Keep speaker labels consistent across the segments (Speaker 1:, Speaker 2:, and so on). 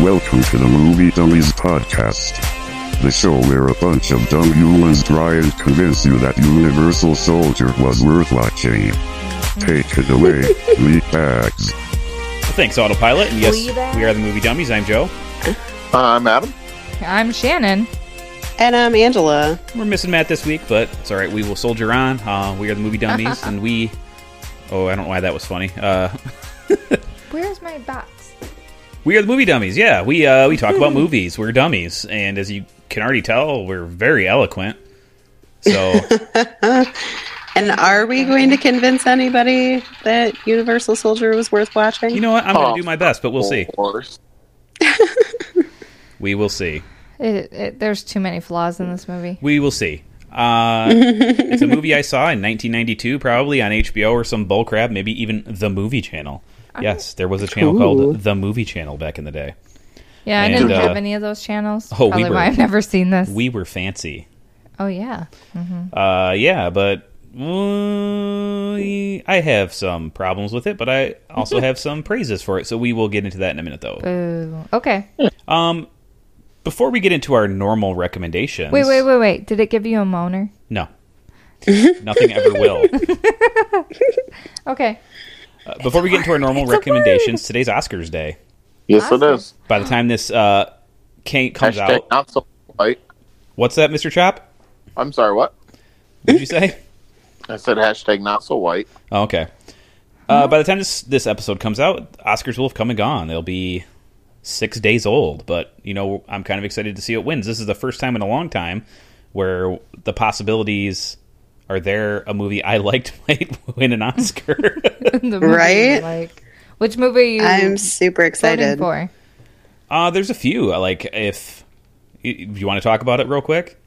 Speaker 1: Welcome to the Movie Dummies Podcast. The show where a bunch of dumb humans try and convince you that Universal Soldier was worth watching. Take it away, meatbags.
Speaker 2: Thanks, Autopilot. And yes,
Speaker 3: Were you there?
Speaker 2: we are the movie dummies. I'm Joe.
Speaker 4: Uh, I'm Adam.
Speaker 3: I'm Shannon.
Speaker 5: And I'm Angela.
Speaker 2: We're missing Matt this week, but it's all right. We will soldier on. Uh, we are the movie dummies, and we. Oh, I don't know why that was funny. Uh,
Speaker 3: Where's my box?
Speaker 2: we are the movie dummies. Yeah, we uh, we talk about movies. We're dummies, and as you can already tell, we're very eloquent. So
Speaker 5: And are we going to convince anybody that Universal Soldier was worth watching?
Speaker 2: you know what? I'm going to do my best, but we'll see.
Speaker 4: Of course.
Speaker 2: We will see.
Speaker 3: It, it, there's too many flaws in this movie.
Speaker 2: We will see. Uh, it's a movie I saw in 1992, probably on HBO or some bullcrap, maybe even the Movie Channel. Yes, there was a channel
Speaker 5: Ooh.
Speaker 2: called the Movie Channel back in the day.
Speaker 3: Yeah, I
Speaker 2: And,
Speaker 3: didn't
Speaker 2: uh,
Speaker 3: have any of those channels.
Speaker 2: oh, we
Speaker 3: Probably
Speaker 2: were-
Speaker 3: why I've never seen this.
Speaker 2: We were fancy.
Speaker 3: oh yeah,
Speaker 2: Uh, yeah, but uh, I have some problems with it, but I also have some praises for it. So we will get into that in a minute, though.
Speaker 3: boo. Okay.
Speaker 2: Um, before we get into our normal recommendations,
Speaker 3: Wait, wait, wait, wait. Did it give you a moaner?
Speaker 2: no, nothing ever will.
Speaker 3: Okay.
Speaker 2: Uh, before we get into our normal recommendations, today's Oscars Day.
Speaker 4: Yes, it is.
Speaker 2: By the time this uh can comes
Speaker 4: Hashtag
Speaker 2: out,
Speaker 4: not so polite.
Speaker 2: what's that, Mister Chop?
Speaker 4: I'm sorry, what?
Speaker 2: What Did you say?
Speaker 4: I said hashtag not so white.
Speaker 2: Oh, okay. Uh, by the time this this episode comes out, Oscars will have come and gone. They'll be six days old, but you know I'm kind of excited to see what wins. This is the first time in a long time where the possibilities are there. A movie I liked might win an Oscar.
Speaker 3: The movie you
Speaker 5: Right?
Speaker 3: Like, which movie are you
Speaker 5: I'm super
Speaker 3: voting
Speaker 5: excited.
Speaker 3: for?
Speaker 2: uh, there's a few. I Like if you, you want to talk about it real quick,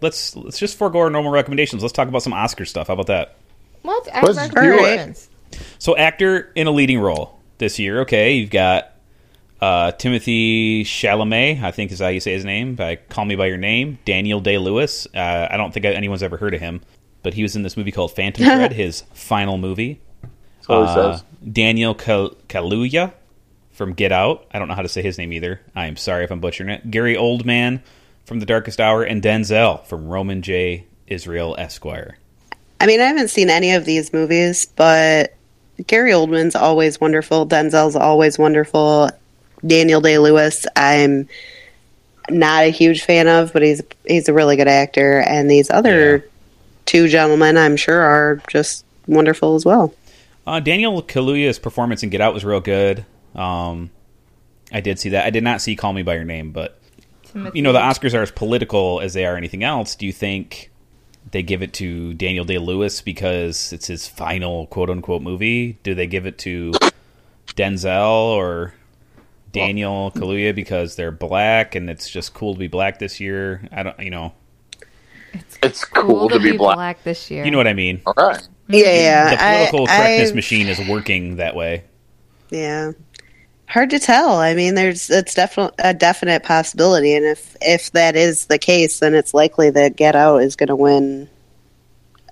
Speaker 2: let's let's just forego our normal recommendations. Let's talk about some Oscar stuff. How about that?
Speaker 3: What? I
Speaker 4: Let's
Speaker 3: have
Speaker 4: do
Speaker 3: recommendations.
Speaker 2: So actor in a leading role this year. Okay, you've got uh, Timothy Chalamet, I think is how you say his name. By Call Me by Your Name. Daniel Day Lewis. Uh, I don't think anyone's ever heard of him, but he was in this movie called Phantom Thread, his final movie.
Speaker 4: So he
Speaker 2: Uh,
Speaker 4: says.
Speaker 2: Daniel Kal- Kaluuya from Get Out. I don't know how to say his name either. I'm sorry if I'm butchering it. Gary Oldman from The Darkest Hour, and Denzel from Roman J. Israel Esquire.
Speaker 5: I mean, I haven't seen any of these movies, but Gary Oldman's always wonderful. Denzel's always wonderful. Daniel Day Lewis, I'm not a huge fan of, but he's he's a really good actor. And these other two gentlemen, I'm sure, are just wonderful as well.
Speaker 2: Uh, Daniel Kaluuya's performance in Get Out was real good. Um, I did see that. I did not see Call Me by Your Name, but
Speaker 3: Timothy.
Speaker 2: you know the Oscars are as political as they are anything else. Do you think they give it to Daniel Day Lewis because it's his final quote unquote movie? Do they give it to Denzel or Daniel Kaluuya because they're black and it's just cool to be black this year? I don't, you know,
Speaker 4: It's cool, to, be black.
Speaker 3: this year.
Speaker 2: you know what I mean.
Speaker 4: All right.
Speaker 5: Yeah, yeah.
Speaker 2: the
Speaker 5: Uh, I-
Speaker 2: political correctness
Speaker 5: I-
Speaker 2: machine is working that way.
Speaker 5: Yeah. Hard to tell. I mean, there's it's definitely a definite possibility, and if if that is the case, then it's likely that Get Out is going to win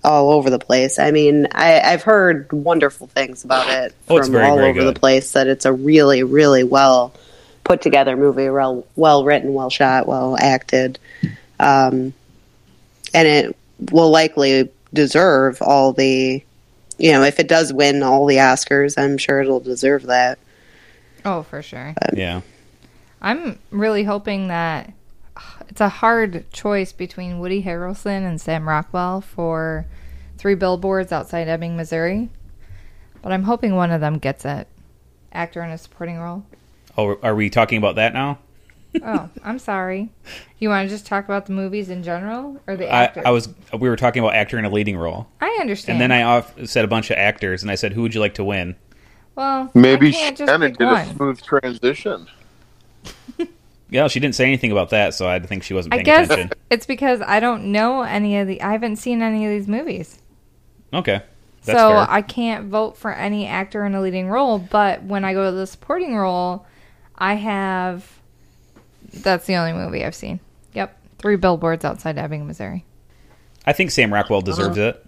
Speaker 5: all over the place. I mean, I, I've heard wonderful things about it
Speaker 2: Oh, it's
Speaker 5: from
Speaker 2: very,
Speaker 5: all
Speaker 2: very
Speaker 5: over
Speaker 2: good.
Speaker 5: the place. That it's a really, really well put together movie, well well written, well shot, well acted, um, and it will likely deserve all the you know if it does win all the Oscars, I'm sure it'll deserve that.
Speaker 3: oh, for sure.
Speaker 5: Uh,
Speaker 2: Yeah.
Speaker 3: I'm really hoping that it's a hard choice between Woody Harrelson and Sam Rockwell for three billboards outside Ebbing, Missouri. But I'm hoping one of them gets it. Actor in a supporting role.
Speaker 2: Oh, are we talking about that now?
Speaker 3: Oh, I'm sorry. You want to just talk about the movies in general or the
Speaker 2: I,
Speaker 3: actor?
Speaker 2: I was we were talking about actor in a leading role,
Speaker 3: I understand.
Speaker 2: and then I off, said a bunch of actors, and I said, "Who would you like to win?"
Speaker 3: well, I
Speaker 4: Maybe
Speaker 3: can't just
Speaker 4: Shannon
Speaker 3: pick
Speaker 4: did
Speaker 3: one.
Speaker 4: a smooth transition.
Speaker 2: Yeah, she didn't say anything about that, so I think she wasn't
Speaker 3: I
Speaker 2: paying
Speaker 3: guess
Speaker 2: attention.
Speaker 3: it's because I don't know any of the. I haven't seen any of these movies.
Speaker 2: Okay, that's
Speaker 3: so
Speaker 2: fair.
Speaker 3: I can't vote for any actor in a leading role, but when I go to the supporting role, I have. That's the only movie I've seen. Yep, three billboards outside Ebbing, Missouri.
Speaker 2: I think Sam Rockwell deserves
Speaker 3: Uh-huh.
Speaker 2: it.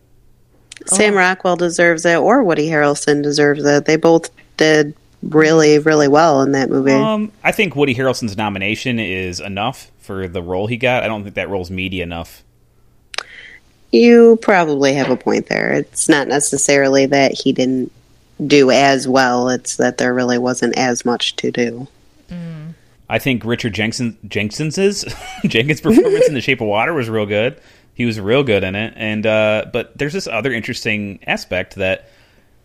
Speaker 3: Oh.
Speaker 5: Sam Rockwell deserves it, or Woody Harrelson deserves it. They both did really, really well in that movie.
Speaker 3: Oh.
Speaker 2: Um, I think Woody Harrelson's nomination is enough for the role he got. I don't think that role's meaty enough.
Speaker 5: you probably have a point there. It's not necessarily that he didn't do as well, it's that there really wasn't as much to do.
Speaker 2: I think Richard Jensen Jenkins's Jenkins' performance in The Shape of Water was real good. He was real good in it, and uh, but there's this other interesting aspect that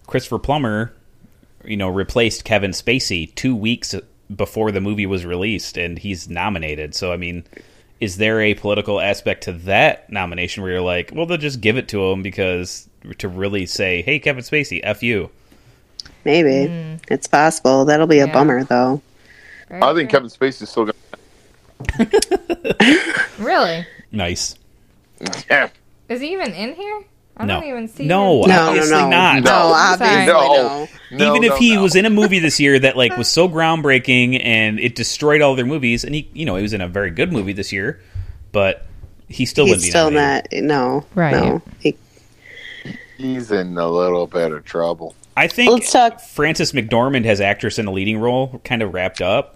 Speaker 2: Christopher Plummer, you know, replaced Kevin Spacey two weeks before the movie was released, and he's nominated. So I mean, is there a political aspect to that nomination where you're like, well, they'll just give it to him because to really say, hey, Kevin Spacey, f you.
Speaker 5: Maybe. It's possible. That'll be a
Speaker 3: Hmm. Yeah.
Speaker 5: bummer, though.
Speaker 3: Very
Speaker 4: I think
Speaker 3: true.
Speaker 4: Kevin Spacey's still going.
Speaker 3: Really?
Speaker 2: Nice.
Speaker 4: to Yeah,
Speaker 3: Is he even in here? I
Speaker 2: No.
Speaker 3: don't even see
Speaker 2: No,
Speaker 3: him.
Speaker 5: No,
Speaker 2: obviously
Speaker 5: no, no.
Speaker 2: not.
Speaker 5: No,
Speaker 4: No,
Speaker 5: obviously,
Speaker 4: no,
Speaker 5: no.
Speaker 4: no,
Speaker 2: even if
Speaker 4: no,
Speaker 2: he
Speaker 4: no.
Speaker 2: was in a movie this year that like was so groundbreaking and it destroyed all their movies and he you know he was in a very good movie this year but he still wouldn't
Speaker 5: He's
Speaker 2: be
Speaker 5: still
Speaker 2: nominated.
Speaker 5: not. No.
Speaker 3: Right.
Speaker 5: No. He,
Speaker 4: he's in a little bit of trouble.
Speaker 2: i think
Speaker 5: Let's talk-
Speaker 2: frances mcdormand has actress in a leading role kind of wrapped up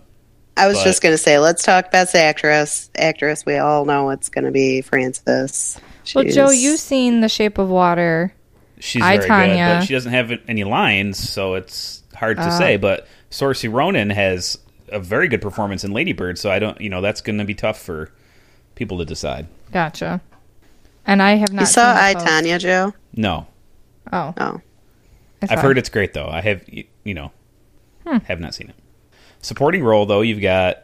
Speaker 5: I was
Speaker 2: But-
Speaker 5: just going to say, let's talk best actress. Actress, we all know it's going to be Frances.
Speaker 3: Well, Joe,
Speaker 5: She's-
Speaker 3: you've seen The Shape of Water.
Speaker 2: she's
Speaker 3: I,
Speaker 2: very good
Speaker 3: Tanya.
Speaker 2: but she doesn't have any lines so it's hard to say but Saoirse ronan has a very good performance in ladybird so i don't you know that's going to be tough for people to decide
Speaker 3: Gotcha. And I have not.
Speaker 5: You saw
Speaker 3: seen
Speaker 5: I
Speaker 3: the post.
Speaker 5: Tanya, Joe?
Speaker 2: no
Speaker 3: Oh,
Speaker 5: Oh,
Speaker 2: I've heard it's great though. I have y- you know have not seen it. Supporting role though, you've got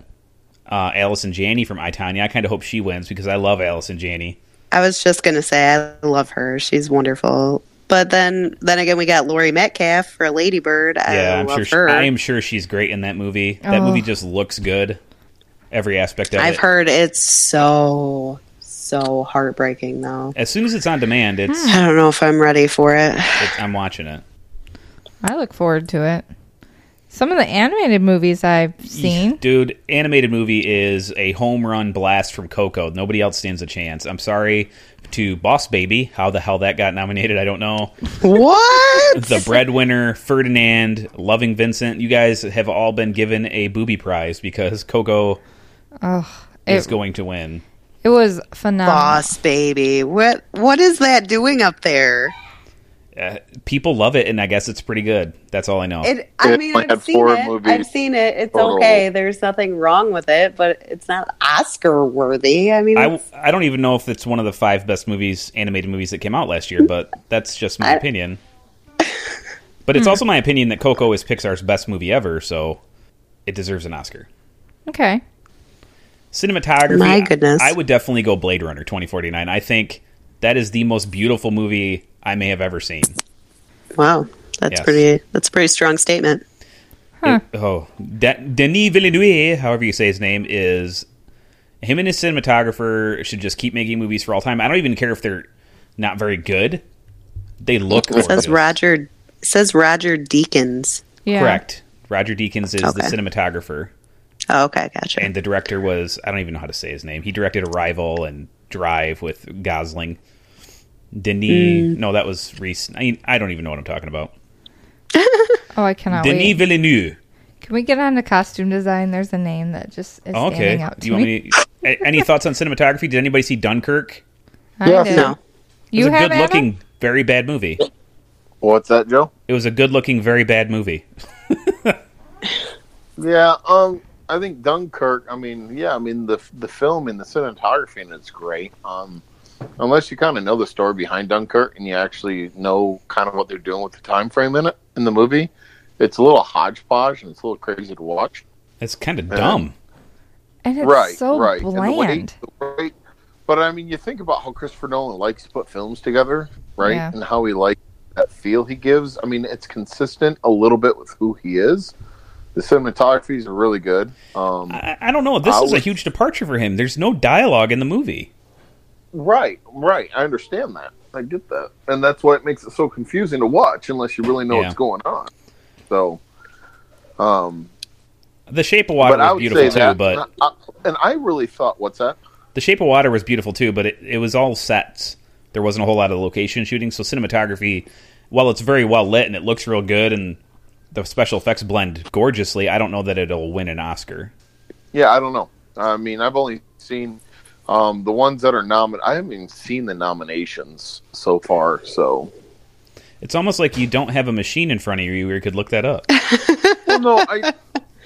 Speaker 2: uh, Allison Janney from I Tonya. I kind of hope she wins because I love Allison Janney.
Speaker 5: I was just going to say I love her. She's wonderful. But then, then again, we got Lori Metcalf for Ladybird. I
Speaker 2: Yeah,
Speaker 5: love
Speaker 2: I'm sure.
Speaker 5: her.
Speaker 2: I am sure she's great in that movie. That
Speaker 3: Oh.
Speaker 2: movie just looks good. Every aspect of
Speaker 5: I've
Speaker 2: it.
Speaker 5: heard it's so so heartbreaking, though.
Speaker 2: As soon as it's on demand, it's,
Speaker 5: I don't know if I'm ready for it.
Speaker 2: it's I'm watching it.
Speaker 3: I look forward to it. Some of the animated movies I've seen.
Speaker 2: Dude, animated movie is a home run blast from Coco. Nobody else stands a chance. I'm sorry to Boss Baby. How the hell that got nominated, I don't know.
Speaker 5: what?
Speaker 2: the breadwinner, Ferdinand, loving Vincent. You guys have all been given a booby prize because Coco is
Speaker 3: It,
Speaker 2: going to win.
Speaker 3: it was phenomenal.
Speaker 5: Boss baby. What what is that doing up there?
Speaker 2: Uh, People love it, and I guess it's pretty good. That's all I know.
Speaker 5: It, I
Speaker 4: It
Speaker 5: mean,
Speaker 4: only
Speaker 5: I've
Speaker 4: had
Speaker 5: seen
Speaker 4: four
Speaker 5: it.
Speaker 4: movies
Speaker 5: I've seen it. It's
Speaker 4: total.
Speaker 5: okay. There's nothing wrong with it, but it's not Oscar worthy. I mean,
Speaker 2: I,
Speaker 5: it's-
Speaker 2: I don't even know if it's one of the five best movies, animated movies that came out last year, but that's just my opinion. But it's also my opinion that Coco is Pixar's best movie ever, so it deserves an Oscar.
Speaker 3: Okay.
Speaker 2: cinematography
Speaker 5: My goodness.
Speaker 2: i would definitely go blade runner 2049 i think that is the most beautiful movie i may have ever seen
Speaker 5: wow, that's
Speaker 2: Yes.
Speaker 5: pretty. That's a pretty strong statement.
Speaker 2: It- oh De- denis villeneuve however you say his name is him and his cinematographer should just keep making movies for all time i don't even care if they're not very good they look
Speaker 5: It says
Speaker 2: gorgeous.
Speaker 5: Roger. it says Roger Deakins.
Speaker 3: Yeah.
Speaker 2: correct roger deakins is the
Speaker 5: Okay.
Speaker 2: cinematographer
Speaker 5: Oh, okay, gotcha.
Speaker 2: and the director was i don't even know how to say his name he directed arrival and drive with gosling denis
Speaker 3: Mm.
Speaker 2: no that was reese I, I don't even know what i'm talking about
Speaker 3: Oh, I cannot
Speaker 2: Denis
Speaker 3: wait.
Speaker 2: Villeneuve.
Speaker 3: Can we get on to costume design? There's a name that just is
Speaker 2: Oh,
Speaker 3: standing
Speaker 2: okay.
Speaker 3: out to
Speaker 2: Do you want me? a- any thoughts on cinematography? Did anybody see Dunkirk?
Speaker 3: I
Speaker 4: Yeah.
Speaker 3: did.
Speaker 5: no,
Speaker 2: It was
Speaker 3: You
Speaker 2: a
Speaker 3: have
Speaker 2: good-looking, very bad movie.
Speaker 4: What's that, Joe?
Speaker 2: It was a good-looking, very bad movie.
Speaker 4: Yeah, um, I think Dunkirk. I mean, yeah, I mean the the film and the cinematography and it's great. Um, unless you kind of know the story behind Dunkirk and you actually know kind of what they're doing with the time frame in it in the movie, it's a little hodgepodge and it's a little crazy to watch.
Speaker 2: It's kind of dumb.
Speaker 3: And it's
Speaker 4: right,
Speaker 3: so
Speaker 4: right. And the way-
Speaker 3: bland.
Speaker 4: the way- but I mean, you think about how Christopher Nolan likes to put films together, right?
Speaker 3: Yeah.
Speaker 4: And how he likes that feel he gives. I mean, it's consistent a little bit with who he is. The cinematography is really good. Um,
Speaker 2: I, I don't know. This
Speaker 4: I
Speaker 2: is a
Speaker 4: was-
Speaker 2: huge departure for him. There's no dialogue in the movie.
Speaker 4: Right, right. I understand that. I get that. And that's why it makes it so confusing to watch unless you really know
Speaker 2: Yeah.
Speaker 4: what's going on. So, um,
Speaker 2: The Shape of Water
Speaker 4: but I
Speaker 2: was
Speaker 4: would say
Speaker 2: beautiful too,
Speaker 4: that.
Speaker 2: but
Speaker 4: and, I, and I really thought, what's that?
Speaker 2: The Shape of Water was beautiful too, but it, it was all sets. There wasn't a whole lot of location shooting, so cinematography, while it's very well lit and it looks real good and the special effects blend gorgeously. I don't know that it'll win an Oscar.
Speaker 4: Yeah, I don't know. I mean, I've only seen um, the ones that are nominated. I haven't even seen the nominations so far. So,
Speaker 2: It's almost like you don't have a machine in front of you where you could look that up.
Speaker 4: well, no, I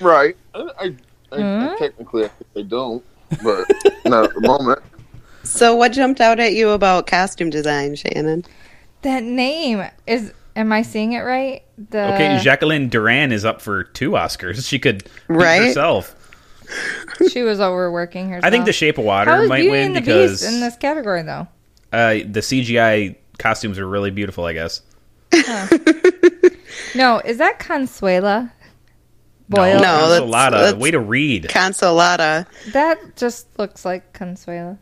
Speaker 4: right. I, I, I, I technically I, I don't, but not at the moment.
Speaker 5: So, what jumped out at you about costume design, Shannon?
Speaker 3: That name is. Am I seeing it right? The
Speaker 2: Okay, Jacqueline Duran is up for two Oscars. She could beat
Speaker 5: Right?
Speaker 2: herself.
Speaker 3: she was overworking herself.
Speaker 2: I think The Shape of
Speaker 3: Oh. How
Speaker 2: Water
Speaker 3: is
Speaker 2: might
Speaker 3: Beauty
Speaker 2: win
Speaker 3: and the
Speaker 2: because
Speaker 3: Beast in this category though?
Speaker 2: uh, the CGI costumes are really beautiful. I guess.
Speaker 3: No, is that
Speaker 2: No,
Speaker 3: Consuela? Boyle.
Speaker 5: No, that's-
Speaker 2: a lot
Speaker 5: that's-
Speaker 2: of way to read.
Speaker 5: Consolata.
Speaker 3: That just looks like Consuela.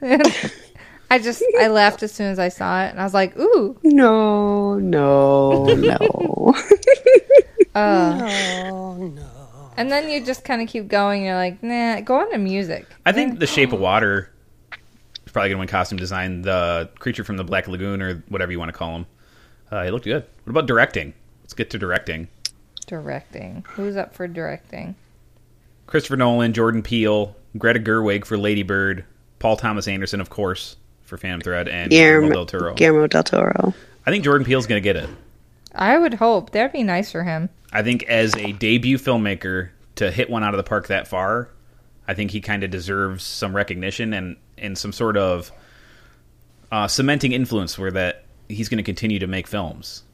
Speaker 3: I just I laughed as soon as I saw it, and I was like, "Ooh,
Speaker 5: No, no, no.
Speaker 3: uh. And then you just kind of keep going. You're like, "Nah, go on to music."
Speaker 2: I think The Shape of Water is probably going to win costume design. The creature from the Black Lagoon, or whatever you want to call him, uh, he looked good. What about directing? Let's get to directing.
Speaker 3: Directing. Who's up for directing?
Speaker 2: Christopher Nolan, Jordan Peele, Greta Gerwig for Lady Bird, Paul Thomas Anderson, of course, for Phantom Thread, and Guillermo
Speaker 5: Guillermo
Speaker 2: del Toro.
Speaker 5: Guillermo del Toro.
Speaker 2: I think Jordan Peele's going to get it.
Speaker 3: I would hope that'd be nice for him.
Speaker 2: I think as a debut filmmaker to hit one out of the park that far, I think he kind of deserves some recognition and and some sort of uh, cementing influence where that he's going to continue to make films.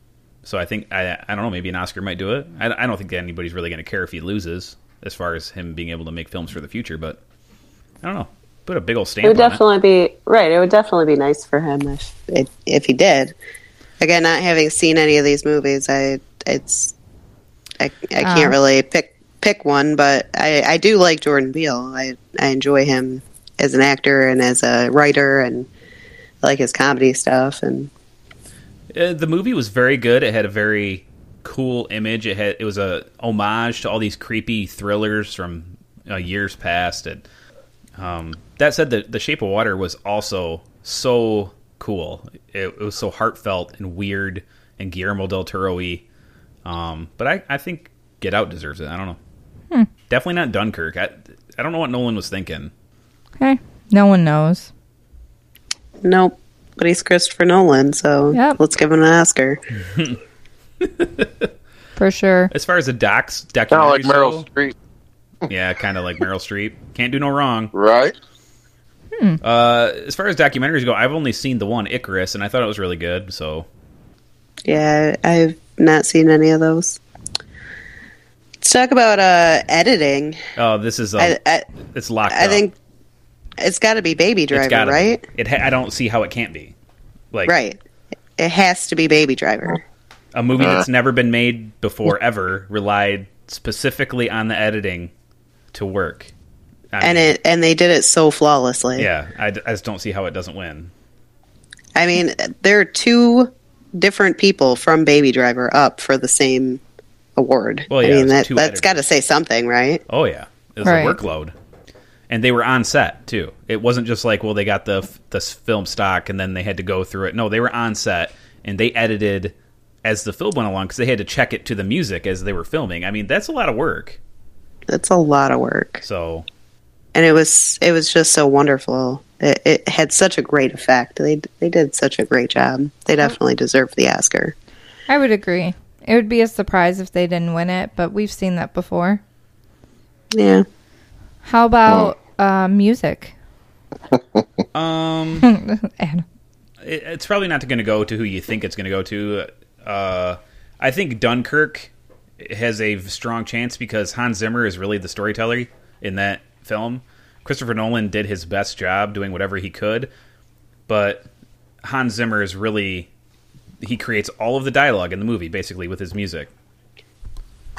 Speaker 2: So I think I I don't know maybe an Oscar might do it. I, I don't think that anybody's really going to care if he loses as far as him being able to make films for the future. But I don't know. Put a big old stamp
Speaker 5: It would
Speaker 2: on it.
Speaker 5: definitely be right. It would definitely be nice for him if if, if he did. Again, not having seen any of these movies, I it's I, I can't really pick pick one, but I, I do like Jordan Peele. I I enjoy him as an actor and as a writer, and I like his comedy stuff. And
Speaker 2: Uh, the movie was very good. It had a very cool image. It had it was a homage to all these creepy thrillers from uh, years past. And um, that said, the the Shape of Water was also so cool. It, it was so heartfelt and weird and Guillermo del Toro-y. Um, but I, I think Get Out deserves it. I don't know. Definitely not Dunkirk. I I don't know what Nolan was thinking.
Speaker 3: Okay. No one knows.
Speaker 5: nope, but he's Christopher Nolan, so
Speaker 3: Yep.
Speaker 5: let's give him an Oscar.
Speaker 3: For sure.
Speaker 2: As far as the docs documentary,
Speaker 4: Kind of like Meryl
Speaker 2: go,
Speaker 4: Streep,
Speaker 2: yeah, kind of like Meryl Streep. Can't do no wrong.
Speaker 4: right?
Speaker 2: Uh, as far as documentaries go, I've only seen the one Icarus, and I thought it was really good. So
Speaker 5: Yeah, I've not seen any of those. Let's talk about uh, editing.
Speaker 2: uh, this is uh,
Speaker 5: I, I,
Speaker 2: it's locked.
Speaker 5: I
Speaker 2: up.
Speaker 5: think it's got to be Baby
Speaker 2: It's
Speaker 5: Driver,
Speaker 2: gotta be.
Speaker 5: right?
Speaker 2: It. Ha- I don't see how it can't be. Like
Speaker 5: Right. It has to be Baby Driver.
Speaker 2: a movie that's never been made before ever relied specifically on the editing to work. I
Speaker 5: And
Speaker 2: mean,
Speaker 5: it and they did it so flawlessly.
Speaker 2: yeah, I, d- I just don't see how it doesn't win.
Speaker 5: I mean, there are two different people from Baby Driver up for the same award.
Speaker 2: Well,
Speaker 5: I
Speaker 2: yeah,
Speaker 5: mean,
Speaker 2: it's
Speaker 5: that,
Speaker 2: two
Speaker 5: that's
Speaker 2: editors.
Speaker 5: got to say something, right?
Speaker 2: Oh yeah, it was
Speaker 3: Right.
Speaker 2: a workload, and they were on set too. It wasn't just like well they got the f- the s- film stock and then they had to go through it. No, they were on set and they edited as the film went along because they had to check it to the music as they were filming. I mean that's a lot of work.
Speaker 5: That's a lot of work.
Speaker 2: So
Speaker 5: And it was it was just so wonderful. It, it had such a great effect. They they did such a great job. They definitely deserve the Oscar.
Speaker 3: I would agree. It would be a surprise if they didn't win it, but we've seen that before.
Speaker 5: Yeah.
Speaker 3: How about uh, music?
Speaker 2: um, it, it's probably not going to go to who you think it's going to go to. Uh, I think Dunkirk has a strong chance because Hans Zimmer is really the storyteller in that film. Christopher Nolan did his best job doing whatever he could, but Hans Zimmer is really he creates all of the dialogue in the movie basically with his music.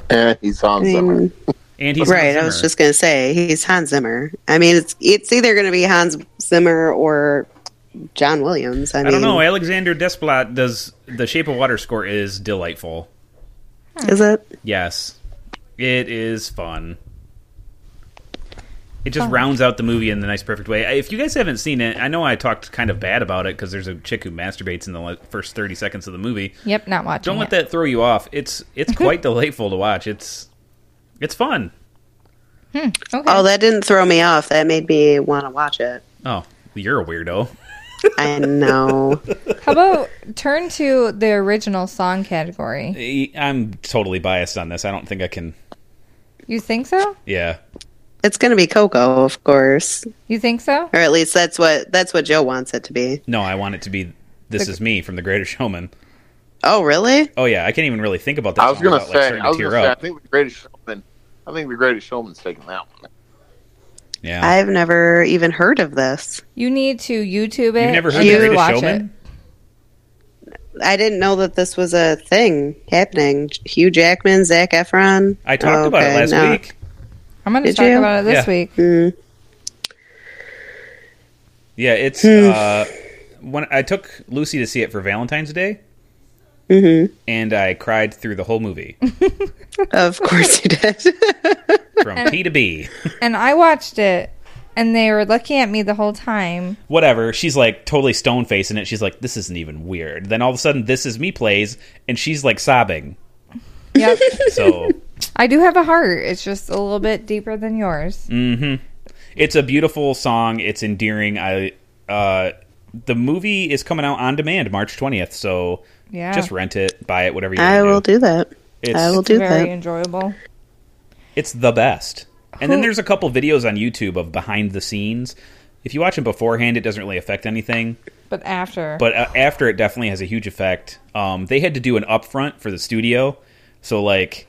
Speaker 4: And he's on
Speaker 5: I
Speaker 4: somewhere.
Speaker 5: mean,
Speaker 2: And he's
Speaker 5: right.
Speaker 2: Hans
Speaker 5: I was
Speaker 2: Zimmer.
Speaker 5: just gonna say he's Hans Zimmer. I mean, it's it's either gonna be Hans Zimmer or John Williams. I,
Speaker 2: I
Speaker 5: mean,
Speaker 2: don't know. Alexander Desplat does the Shape of Water score is delightful.
Speaker 5: Is it?
Speaker 2: Yes, it is fun. It just rounds out the movie in a nice, perfect way. I- If you guys haven't seen it, I know I talked kind of bad about it because there's a chick who masturbates in the like, first 30 seconds of the movie.
Speaker 3: Yep, not watching.
Speaker 2: Don't let
Speaker 3: it.
Speaker 2: that throw you off. It's it's quite delightful to watch. It's it's fun.
Speaker 3: Okay.
Speaker 5: Oh, that didn't throw me off. That made me want to watch it.
Speaker 2: Oh, you're a weirdo.
Speaker 5: I know.
Speaker 3: How about turn to the original song category?
Speaker 2: I- I'm totally biased on this. I don't think I can.
Speaker 3: You think so?
Speaker 2: Yeah.
Speaker 5: it's going to be Coco, of course,
Speaker 3: You think so?
Speaker 5: or at least that's what that's what Joe wants it to be.
Speaker 2: No, I want it to be This Is Me from The Greater Showman.
Speaker 5: Oh, really?
Speaker 2: Oh, yeah. I can't even really think about that.
Speaker 4: I was
Speaker 2: song
Speaker 4: gonna
Speaker 2: without, like,
Speaker 4: say,
Speaker 2: starting
Speaker 4: I was
Speaker 2: to
Speaker 4: gonna
Speaker 2: tear
Speaker 4: say, I
Speaker 2: up.
Speaker 4: think the greatest showman. I think the greatest showman's taking that one.
Speaker 2: Yeah.
Speaker 5: I've never even heard of this.
Speaker 3: You need to YouTube it.
Speaker 2: You've never heard
Speaker 3: and
Speaker 2: The
Speaker 5: you
Speaker 2: Greatest
Speaker 3: watch
Speaker 2: Showman?
Speaker 5: I didn't know that this was a thing happening. Hugh Jackman, Zach Efron.
Speaker 2: I talked about it
Speaker 5: Okay,
Speaker 2: last
Speaker 5: no.
Speaker 2: week.
Speaker 3: it. I'm going to
Speaker 5: Did
Speaker 3: talk
Speaker 5: you?
Speaker 3: about it this
Speaker 2: Yeah.
Speaker 3: week.
Speaker 5: Mm.
Speaker 2: Yeah, it's
Speaker 5: Hmm.
Speaker 2: uh, when I took Lucy to see it for Valentine's Day,
Speaker 5: Mm-hmm.
Speaker 2: and I cried through the whole movie
Speaker 5: Of course you did.
Speaker 2: from P to B.
Speaker 3: And I watched it, and they were looking at me the whole time.
Speaker 2: Whatever. She's like totally stone facing it. She's like, "This isn't even weird." Then all of a sudden, "This Is Me" plays, and she's like sobbing.
Speaker 3: Yep.
Speaker 2: So
Speaker 3: I do have a heart. It's just a little bit deeper than yours.
Speaker 2: Mm, it's a beautiful song. It's endearing. I uh, the movie is coming out on demand March twentieth. So
Speaker 3: Yeah.
Speaker 2: just rent it, buy it, whatever you want
Speaker 5: I
Speaker 2: to
Speaker 5: will do that.
Speaker 2: It's-
Speaker 5: I will
Speaker 3: It's
Speaker 5: do
Speaker 3: very
Speaker 5: that.
Speaker 3: enjoyable.
Speaker 2: It's the best. And then
Speaker 3: Who-
Speaker 2: there's a couple videos on YouTube of behind the scenes. If you watch them beforehand, it doesn't really affect anything,
Speaker 3: But after.
Speaker 2: but uh, after it definitely has a huge effect. Um, they had to do an upfront for the studio, so like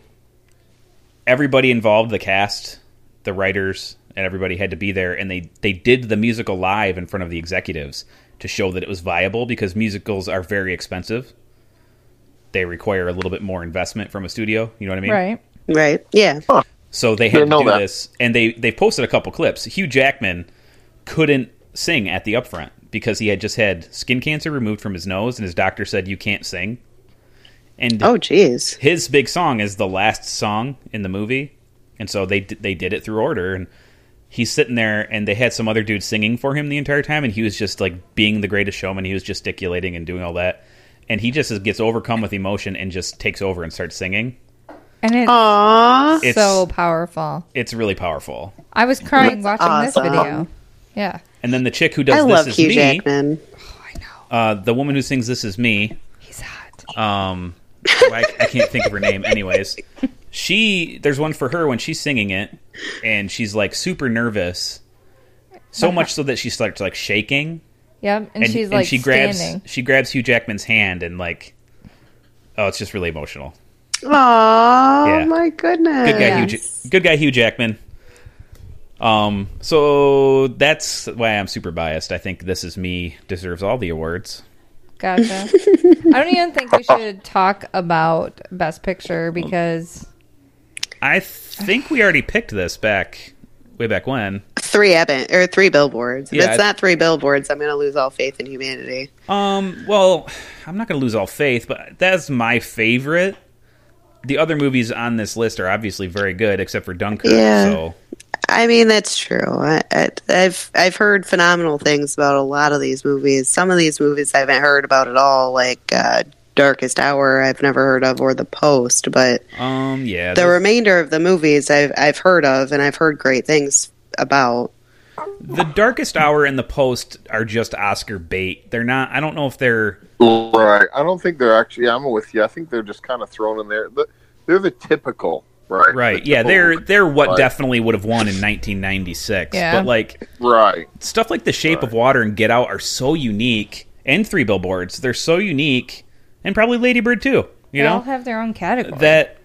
Speaker 2: everybody involved, the cast, the writers, and everybody had to be there, and they they did the musical live in front of the executives to show that it was viable because musicals are very expensive. They require a little bit more investment from a studio. You know what I mean?
Speaker 3: right.
Speaker 5: Right? Yeah.
Speaker 2: So they had to
Speaker 4: Didn't know
Speaker 2: do
Speaker 4: that.
Speaker 2: this, and they they posted a couple clips. Hugh Jackman couldn't sing at the upfront because he had just had skin cancer removed from his nose, and his doctor said you can't sing. And
Speaker 5: Oh, jeez.
Speaker 2: his big song is the last song in the movie, and so they d- they did it through order. And he's sitting there, and they had some other dude singing for him the entire time, and he was just like being the greatest showman. He was gesticulating and doing all that, and he just gets overcome with emotion and just takes over and starts singing.
Speaker 3: And it's
Speaker 5: Aww.
Speaker 2: It's
Speaker 3: so powerful.
Speaker 2: it's really powerful.
Speaker 3: I was crying watching
Speaker 5: awesome.
Speaker 3: this video. Yeah.
Speaker 2: And then the chick who
Speaker 5: I
Speaker 2: does
Speaker 5: love
Speaker 2: this is
Speaker 5: Hugh
Speaker 2: me,
Speaker 5: Jackman.
Speaker 2: uh, the woman who sings "This Is Me,"
Speaker 3: He's hot.
Speaker 2: um, who I, I can't think of her name. Anyways, she there's one for her when she's singing it, and she's like super nervous, so much so that she starts like shaking,
Speaker 3: Yep. And,
Speaker 2: and,
Speaker 3: she's
Speaker 2: and
Speaker 3: like
Speaker 2: she grabs
Speaker 3: standing.
Speaker 2: she grabs Hugh Jackman's hand and like, oh, it's just really emotional.
Speaker 5: Aww.
Speaker 2: Yeah.
Speaker 5: My goodness.
Speaker 2: Good guy, Hugh.
Speaker 3: Yeah.
Speaker 2: Ja- Good guy, Hugh Jackman. Um, so that's why I'm super biased. I think "This Is Me" deserves all the awards.
Speaker 3: Gotcha. I don't even think we should talk about Best Picture because
Speaker 2: I think we already picked this back way back when.
Speaker 5: Three Ebbing, or three billboards. If
Speaker 2: Yeah,
Speaker 5: it's
Speaker 2: I-
Speaker 5: not three billboards, I'm going to lose all faith in humanity.
Speaker 2: Um, well, I'm not going to lose all faith, but that's my favorite. The other movies on this list are obviously very good, except for Dunkirk.
Speaker 5: Yeah.
Speaker 2: So
Speaker 5: I mean, that's true. I, I, I've I've heard phenomenal things about a lot of these movies. Some of these movies I haven't heard about at all, like uh, Darkest Hour. I've never heard of, or The Post. But
Speaker 2: um, yeah,
Speaker 5: the
Speaker 2: the,
Speaker 5: remainder of the movies I've I've heard of, and I've heard great things about.
Speaker 2: The Darkest Hour and The Post are just Oscar bait. They're not. I don't know if they're.
Speaker 4: Right. I don't think they're actually. I'm with you. I think they're just kind of thrown in there. The- They're the typical. Right.
Speaker 2: Right,
Speaker 4: The
Speaker 2: yeah, they're
Speaker 4: typical-
Speaker 2: they're what
Speaker 4: Right.
Speaker 2: definitely would have won in 1996.
Speaker 3: Yeah.
Speaker 2: But like
Speaker 4: right.
Speaker 2: stuff like The Shape of Water and Get Out are so unique, and Three Billboards, they're so unique, and probably Lady Bird too. You
Speaker 3: they
Speaker 2: know,
Speaker 3: all have their own category.
Speaker 2: that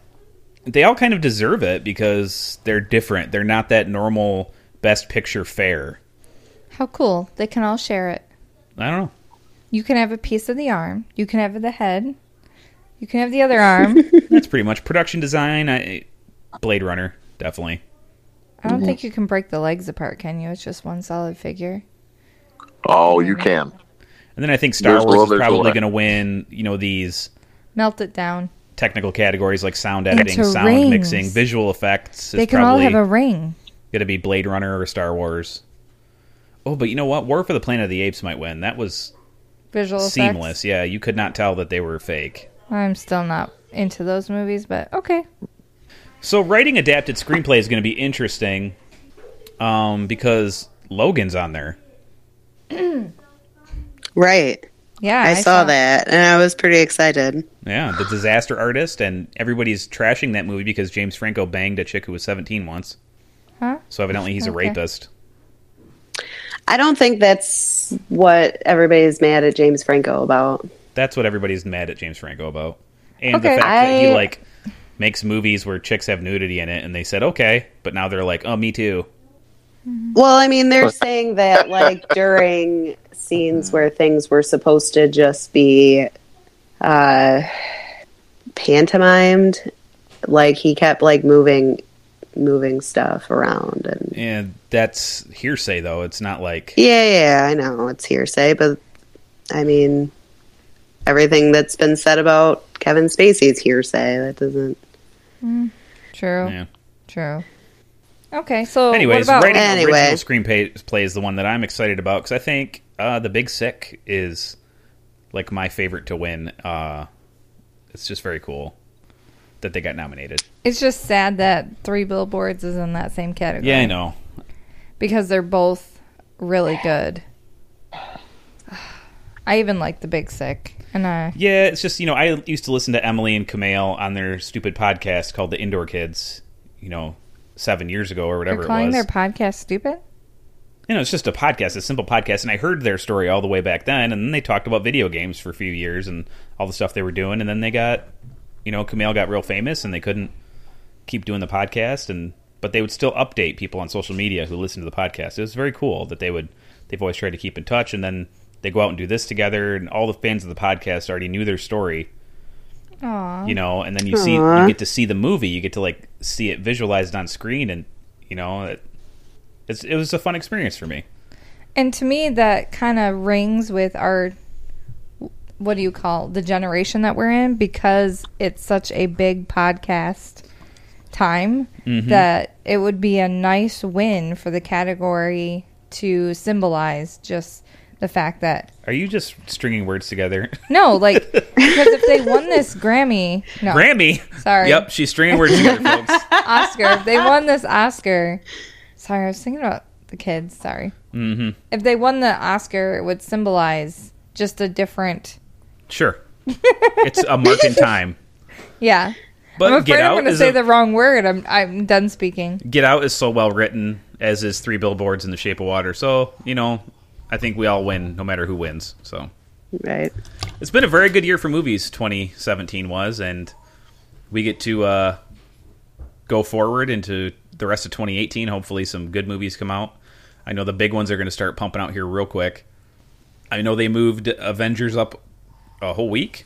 Speaker 2: they all kind of deserve it because they're different. They're not that normal best picture fair.
Speaker 3: How cool. They can all share it.
Speaker 2: I don't know.
Speaker 3: You can have a piece of the arm. You can have the head. You can have the other arm.
Speaker 2: That's pretty much production design. I, Blade Runner, definitely.
Speaker 3: I don't think you can break the legs apart, can you? It's just one solid figure.
Speaker 4: Oh,
Speaker 3: Mm-hmm.
Speaker 4: you can.
Speaker 2: And then I think Star
Speaker 4: There's
Speaker 2: Wars
Speaker 4: Will,
Speaker 2: is
Speaker 4: there's
Speaker 2: probably
Speaker 4: Will.
Speaker 2: going to win. You know these
Speaker 3: Melt it down.
Speaker 2: technical categories like sound editing,
Speaker 3: Into
Speaker 2: sound
Speaker 3: rings.
Speaker 2: mixing, visual effects. is
Speaker 3: they can all
Speaker 2: probably-
Speaker 3: have a ring.
Speaker 2: Going to be Blade Runner or Star Wars. Oh, but you know what? War for the Planet of the Apes might win. That was
Speaker 3: Visual effects.
Speaker 2: seamless. Yeah, you could not tell that they were fake.
Speaker 3: I'm still not into those movies, but okay.
Speaker 2: So writing adapted screenplay is going to be interesting um, because Logan's on there.
Speaker 5: Right.
Speaker 3: Yeah,
Speaker 5: I, saw that and I was pretty excited.
Speaker 2: Yeah, the disaster artist, and everybody's trashing that movie because James Franco banged a chick who was 17 once.
Speaker 3: Huh?
Speaker 2: So evidently he's a
Speaker 3: Okay.
Speaker 2: rapist.
Speaker 5: I don't think that's what everybody's mad at James Franco about.
Speaker 2: That's what everybody's mad at James Franco about, and the
Speaker 3: Okay.
Speaker 2: fact that he
Speaker 5: I-
Speaker 2: like makes movies where chicks have nudity in it, and they said okay, but now they're like, oh, me too.
Speaker 5: Well, I mean, they're saying that like during scenes where things were supposed to just be uh, pantomimed, like he kept like moving, moving stuff around, and
Speaker 2: And that's hearsay, though. It's not like
Speaker 5: yeah, yeah, I know it's hearsay, but I mean, everything that's been said about Kevin Spacey's hearsay. That doesn't.
Speaker 3: True.
Speaker 2: Yeah.
Speaker 3: True. Okay, so
Speaker 2: Anyways,
Speaker 3: what about
Speaker 2: writing
Speaker 5: Anyway.
Speaker 2: original screenplay play is the one that I'm excited about because I think uh, The Big Sick is like my favorite to win. Uh, it's just very cool that they got nominated.
Speaker 3: it's just sad that Three Billboards is in that same category.
Speaker 2: Yeah, I know.
Speaker 3: Because they're both really good. I even like The Big Sick, and I
Speaker 2: Yeah, it's just you know I used to listen to Emily and Camille on their stupid podcast called The Indoor Kids. You know, seven years ago or
Speaker 3: you're
Speaker 2: whatever it
Speaker 3: calling
Speaker 2: was.
Speaker 3: their podcast stupid.
Speaker 2: you know, it's just a podcast, a simple podcast, and I heard their story all the way back then, and then they talked about video games for a few years and all the stuff they were doing, and then they got, you know, Camille got real famous, and they couldn't keep doing the podcast, and but they would still update people on social media who listened to the podcast. It was very cool that they would. They've always tried to keep in touch, and then they go out and do this together, and all the fans of the podcast already knew their story,
Speaker 3: Aw,
Speaker 2: you know, and then you see, you
Speaker 5: Aw.
Speaker 2: get to see the movie, you get to like see it visualized on screen, and you know, it, it's, it was a fun experience for me.
Speaker 3: and to me that kind of rings with our what do you call the generation that we're in because it's such a big podcast time that it would be a nice win for the category to symbolize just the fact that
Speaker 2: Are you just stringing words together?
Speaker 3: no like because if they won this grammy no
Speaker 2: Grammy.
Speaker 3: Sorry.
Speaker 2: Yep, she's stringing words together, folks.
Speaker 3: Oscar. If they won this Oscar, sorry, I was thinking about the kids. Sorry. Mm-hmm. If they won the Oscar, it would symbolize just a different.
Speaker 2: Sure. It's a mark in time.
Speaker 3: Yeah,
Speaker 2: But
Speaker 3: I'm afraid
Speaker 2: Get
Speaker 3: I'm
Speaker 2: Out
Speaker 3: going to
Speaker 2: is
Speaker 3: say
Speaker 2: a-
Speaker 3: the wrong word. I'm I'm done speaking.
Speaker 2: Get Out is so well written, as is Three Billboards in the Shape of Water. So, you know, I think we all win, no matter who wins. So
Speaker 5: Right.
Speaker 2: it's been a very good year for movies, twenty seventeen was, and we get to uh go forward into the rest of twenty eighteen. Hopefully some good movies come out. I know the big ones are gonna start pumping out here real quick. I know they moved Avengers up a whole week.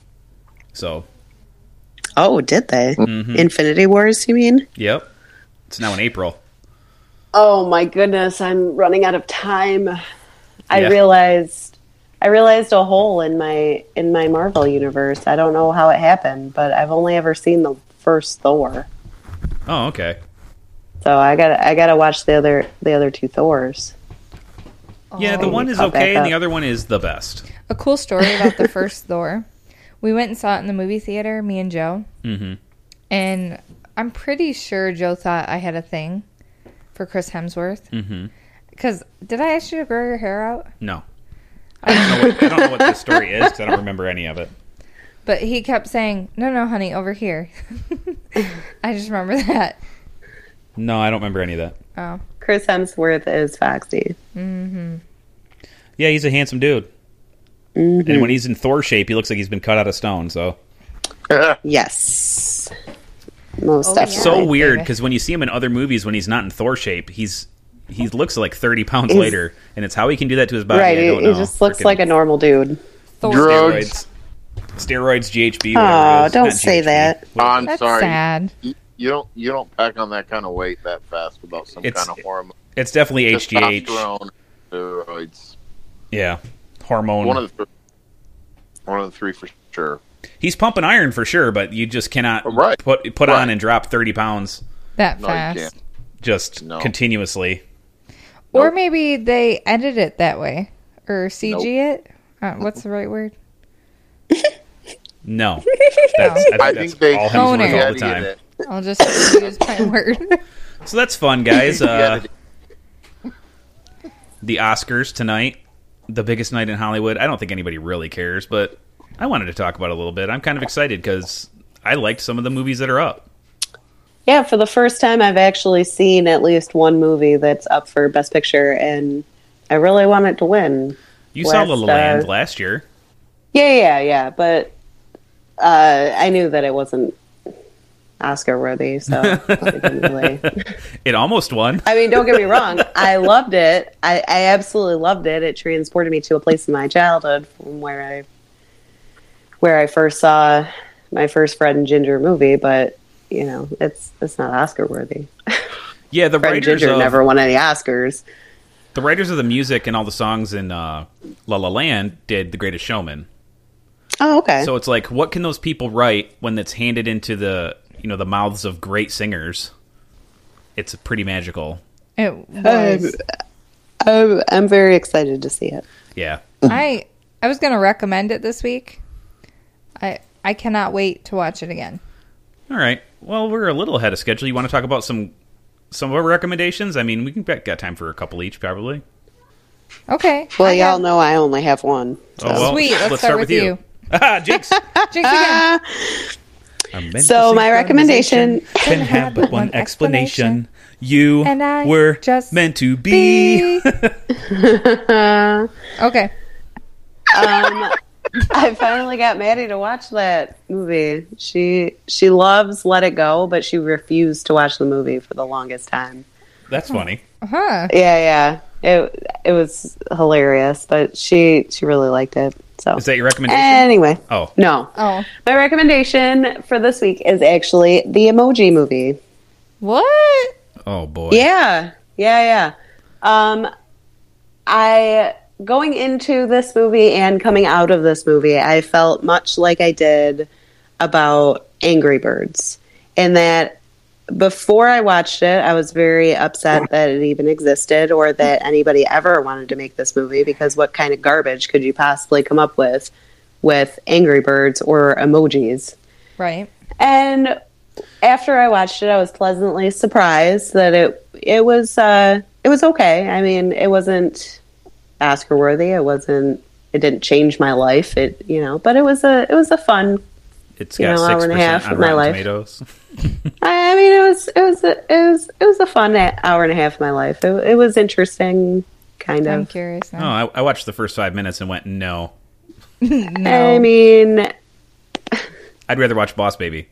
Speaker 2: So
Speaker 5: Oh, did they? Infinity Wars, you mean?
Speaker 2: Yep. It's now in April.
Speaker 5: Oh my goodness, I'm running out of time. I
Speaker 2: Yeah.
Speaker 5: realized I realized a hole in my in my Marvel universe. I don't know how it happened, but I've only ever seen the first Thor.
Speaker 2: Oh, okay.
Speaker 5: So I got to I got to watch the other the other two Thors.
Speaker 2: Yeah, the one is
Speaker 5: I'll Oh, back
Speaker 2: okay, and the
Speaker 5: up.
Speaker 2: other one is the best.
Speaker 3: A cool story about the first Thor. We went and saw it in the movie theater, me and Joe. Mm-hmm. And I'm pretty sure Joe thought I had a thing for Chris Hemsworth. Mm-hmm. Because did I ask you to grow your hair out?
Speaker 2: No. I don't know what, I don't know what this story is 'cause I don't remember any of it.
Speaker 3: But he kept saying, "No, no, honey, over here." I just remember that.
Speaker 2: No, I don't remember any of that.
Speaker 3: Oh,
Speaker 5: Chris Hemsworth is Foxy.
Speaker 2: Yeah, he's a handsome dude.
Speaker 5: Mm-hmm.
Speaker 2: And when he's in Thor shape, he looks like he's been cut out of stone. So
Speaker 5: Yes. Most
Speaker 3: Oh, yeah.
Speaker 5: definitely.
Speaker 2: so
Speaker 3: Right,
Speaker 2: weird
Speaker 3: baby.
Speaker 2: because when you see him in other movies, when he's not in Thor shape, he's he looks like thirty pounds
Speaker 5: He's-
Speaker 2: later, and it's how he can do that to his body.
Speaker 5: right,
Speaker 2: I
Speaker 5: he,
Speaker 2: don't
Speaker 5: he
Speaker 2: know.
Speaker 5: just looks
Speaker 2: Frickin'
Speaker 5: like a normal dude.
Speaker 3: Thor.
Speaker 4: Drew-
Speaker 2: steroids. Steroids, GHB. whatever
Speaker 5: Aw,
Speaker 2: it is.
Speaker 5: don't
Speaker 2: Not
Speaker 5: say
Speaker 2: GHB.
Speaker 5: that.
Speaker 4: I'm
Speaker 3: That's
Speaker 4: sorry.
Speaker 3: sad.
Speaker 4: You, you don't you don't pack on that kind of weight that fast without some
Speaker 2: It's-
Speaker 4: kind of hormone.
Speaker 2: It's definitely HGH.
Speaker 4: Testosterone, steroids.
Speaker 2: Yeah, hormone.
Speaker 4: One of the three, one of the three for sure.
Speaker 2: He's pumping iron for sure, but you just cannot
Speaker 4: Oh, Right.
Speaker 2: put put
Speaker 4: Right.
Speaker 2: on and drop thirty pounds.
Speaker 3: That
Speaker 4: No, you
Speaker 3: fast.
Speaker 4: can't.
Speaker 2: just
Speaker 4: No.
Speaker 2: continuously.
Speaker 3: Or
Speaker 4: Nope.
Speaker 3: maybe they edit it that way or CG it. Uh, what's the right word?
Speaker 2: No, that's, I think,
Speaker 4: I
Speaker 2: that's
Speaker 4: think they
Speaker 2: all
Speaker 3: Boner.
Speaker 2: Hemsworth all the
Speaker 4: edited
Speaker 2: time.
Speaker 4: it.
Speaker 3: I'll just use my word.
Speaker 2: So that's fun, guys.
Speaker 4: They
Speaker 2: Uh,
Speaker 4: edited-
Speaker 2: the Oscars tonight, the biggest night in Hollywood. I don't think anybody really cares, but I wanted to talk about it a little bit. I'm kind of excited because I liked some of the movies that are up.
Speaker 5: Yeah, for the first time, I've actually seen at least one movie that's up for Best Picture, and I really want it to win.
Speaker 2: You saw
Speaker 5: Last,
Speaker 2: La La Land
Speaker 5: uh,
Speaker 2: last year.
Speaker 5: Yeah, yeah, yeah. But uh, I knew that it wasn't Oscar worthy, so I didn't really.
Speaker 2: It almost won.
Speaker 5: I mean, don't get me wrong. I loved it. I, I absolutely loved it. It transported me to a place in my childhood from where I where I first saw my first Fred and Ginger movie. But you know, it's it's not Oscar worthy.
Speaker 2: Yeah, the
Speaker 5: Fred and
Speaker 2: writers
Speaker 5: Ginger
Speaker 2: of
Speaker 5: never won any Oscars.
Speaker 2: the writers of the music and all the songs in uh, La La Land did The Greatest Showman.
Speaker 5: Oh, okay.
Speaker 2: So it's like, what can those people write when that's handed into the you know the mouths of great singers? It's pretty magical.
Speaker 3: It was.
Speaker 5: I'm, I'm very excited to see it.
Speaker 2: Yeah,
Speaker 3: I I was gonna recommend it this week. I I cannot wait to watch it again.
Speaker 2: All right. Well, we're a little ahead of schedule. You want to talk about some some of our recommendations? I mean, we can got got time for a couple each, probably.
Speaker 3: Okay.
Speaker 5: Well,
Speaker 3: I
Speaker 5: y'all
Speaker 3: have-
Speaker 5: know I only have one. So,
Speaker 2: Oh, well,
Speaker 3: Sweet, let's start with you.
Speaker 2: Ah, Jinx.
Speaker 3: Jinx again.
Speaker 2: I'm meant
Speaker 5: so
Speaker 2: to
Speaker 5: my
Speaker 2: say
Speaker 5: recommendation.
Speaker 2: can have but one explanation. You
Speaker 3: And I
Speaker 2: were
Speaker 3: just
Speaker 2: meant to be.
Speaker 5: Ah.
Speaker 3: okay.
Speaker 5: um, I finally got Maddie to watch that movie. She she loves Let It Go, but she refused to watch the movie for the longest time.
Speaker 2: That's funny.
Speaker 3: Huh.
Speaker 5: Yeah, yeah. It it was hilarious, but she she really liked it. So
Speaker 2: Is that your recommendation?
Speaker 5: anyway,
Speaker 2: oh,
Speaker 5: no.
Speaker 3: Oh.
Speaker 5: My recommendation for this week is actually the Emoji Movie.
Speaker 3: What?
Speaker 2: oh boy.
Speaker 5: Yeah, yeah, yeah. Um, I going into this movie and coming out of this movie, I felt much like I did about Angry Birds, in that before I watched it, I was very upset that it even existed or that anybody ever wanted to make this movie because what kind of garbage could you possibly come up with with Angry Birds or emojis?
Speaker 3: Right.
Speaker 5: And after I watched it, I was pleasantly surprised that it it was uh, it was okay. I mean, it wasn't Oscar worthy. It wasn't. It didn't change my life. It you know, but it was a it was a fun.
Speaker 2: It's
Speaker 5: You
Speaker 2: got
Speaker 5: know, hour
Speaker 2: six
Speaker 5: and a half
Speaker 2: percent on
Speaker 5: of my
Speaker 2: Rotten
Speaker 5: life.
Speaker 2: Tomatoes.
Speaker 5: I mean, it was it was a, it was it was a fun a- hour and a half of my life. It, it was interesting, kind
Speaker 3: I'm
Speaker 5: of.
Speaker 3: curious
Speaker 2: Oh,
Speaker 3: now.
Speaker 2: I, I watched the first five minutes and went, no,
Speaker 3: No.
Speaker 5: I mean,
Speaker 2: I'd rather watch Boss Baby.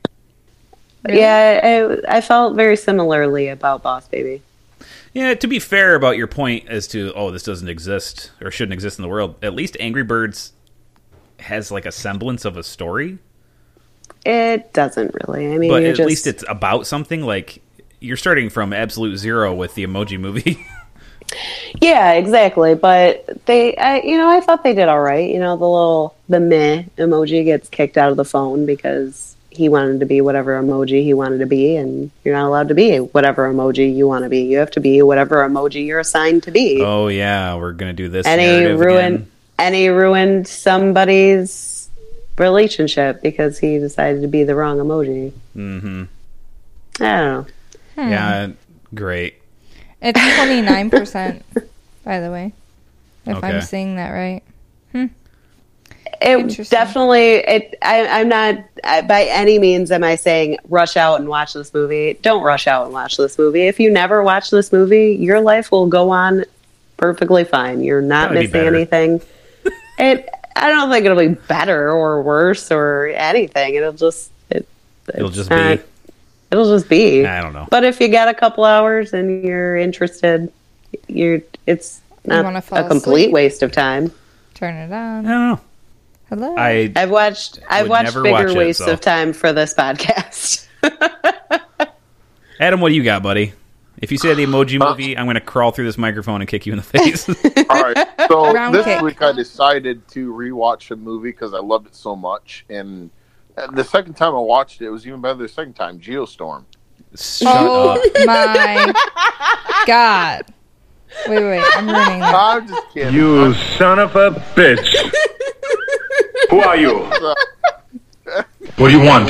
Speaker 5: yeah, I, I felt very similarly about Boss Baby.
Speaker 2: Yeah, to be fair about your point as to oh this doesn't exist or shouldn't exist in the world, at least Angry Birds has like a semblance of a story,
Speaker 5: It doesn't really. I mean,
Speaker 2: but
Speaker 5: you
Speaker 2: at
Speaker 5: just,
Speaker 2: least it's about something like you're starting from absolute zero with the Emoji Movie.
Speaker 5: Yeah, exactly. But they, I, you know, I thought they did all right. You know, the little the meh emoji gets kicked out of the phone because he wanted to be whatever emoji he wanted to be, and you're not allowed to be whatever emoji you want to be. You have to be whatever emoji you're assigned to be.
Speaker 2: oh yeah, we're gonna do this.
Speaker 5: and he
Speaker 2: narrative
Speaker 5: ruined,
Speaker 2: again.
Speaker 5: and he ruined somebody's relationship because he decided to be the wrong emoji. Mm-hmm. I don't know. Hmm.
Speaker 2: Yeah, great.
Speaker 3: It's 29%, by the way. If
Speaker 2: Okay.
Speaker 3: I'm seeing that right.
Speaker 5: it
Speaker 3: Interesting.
Speaker 5: definitely it I, i'm not I, by any means am i saying rush out and watch this movie don't rush out and watch this movie if you never watch this movie your life will go on perfectly fine you're not
Speaker 2: Probably be
Speaker 5: missing
Speaker 2: better.
Speaker 5: anything it i don't think it'll be better or worse or anything it'll just it,
Speaker 2: It'll
Speaker 5: it's
Speaker 2: just
Speaker 5: not-
Speaker 2: be.
Speaker 5: it'll just be
Speaker 2: I don't know.
Speaker 5: but if you got a couple hours and you're interested you're it's
Speaker 3: wanna
Speaker 5: not
Speaker 3: fall
Speaker 5: a complete
Speaker 3: asleep.
Speaker 5: waste of time
Speaker 3: Turn it
Speaker 2: I
Speaker 3: on.
Speaker 2: don't know.
Speaker 3: Hello.
Speaker 2: I
Speaker 5: I've watched I've
Speaker 2: Would
Speaker 5: watched
Speaker 2: never
Speaker 5: bigger
Speaker 2: watch it,
Speaker 5: wastes
Speaker 2: so.
Speaker 5: of time for this podcast.
Speaker 2: Adam, what do you got, buddy? If you say the Emoji
Speaker 4: Uh,
Speaker 2: Movie, I'm gonna crawl through this microphone and kick you in the face.
Speaker 4: All right. So
Speaker 3: Round
Speaker 4: this
Speaker 3: kick.
Speaker 4: week I decided to rewatch a movie because I loved it so much, and the second time I watched it, it was even better. The second time, Geostorm.
Speaker 2: Shut
Speaker 3: oh
Speaker 2: up.
Speaker 3: my god! Wait, wait, wait, I'm ruining that.
Speaker 4: I'm just kidding.
Speaker 6: You son of a bitch. Who are you? What do you want?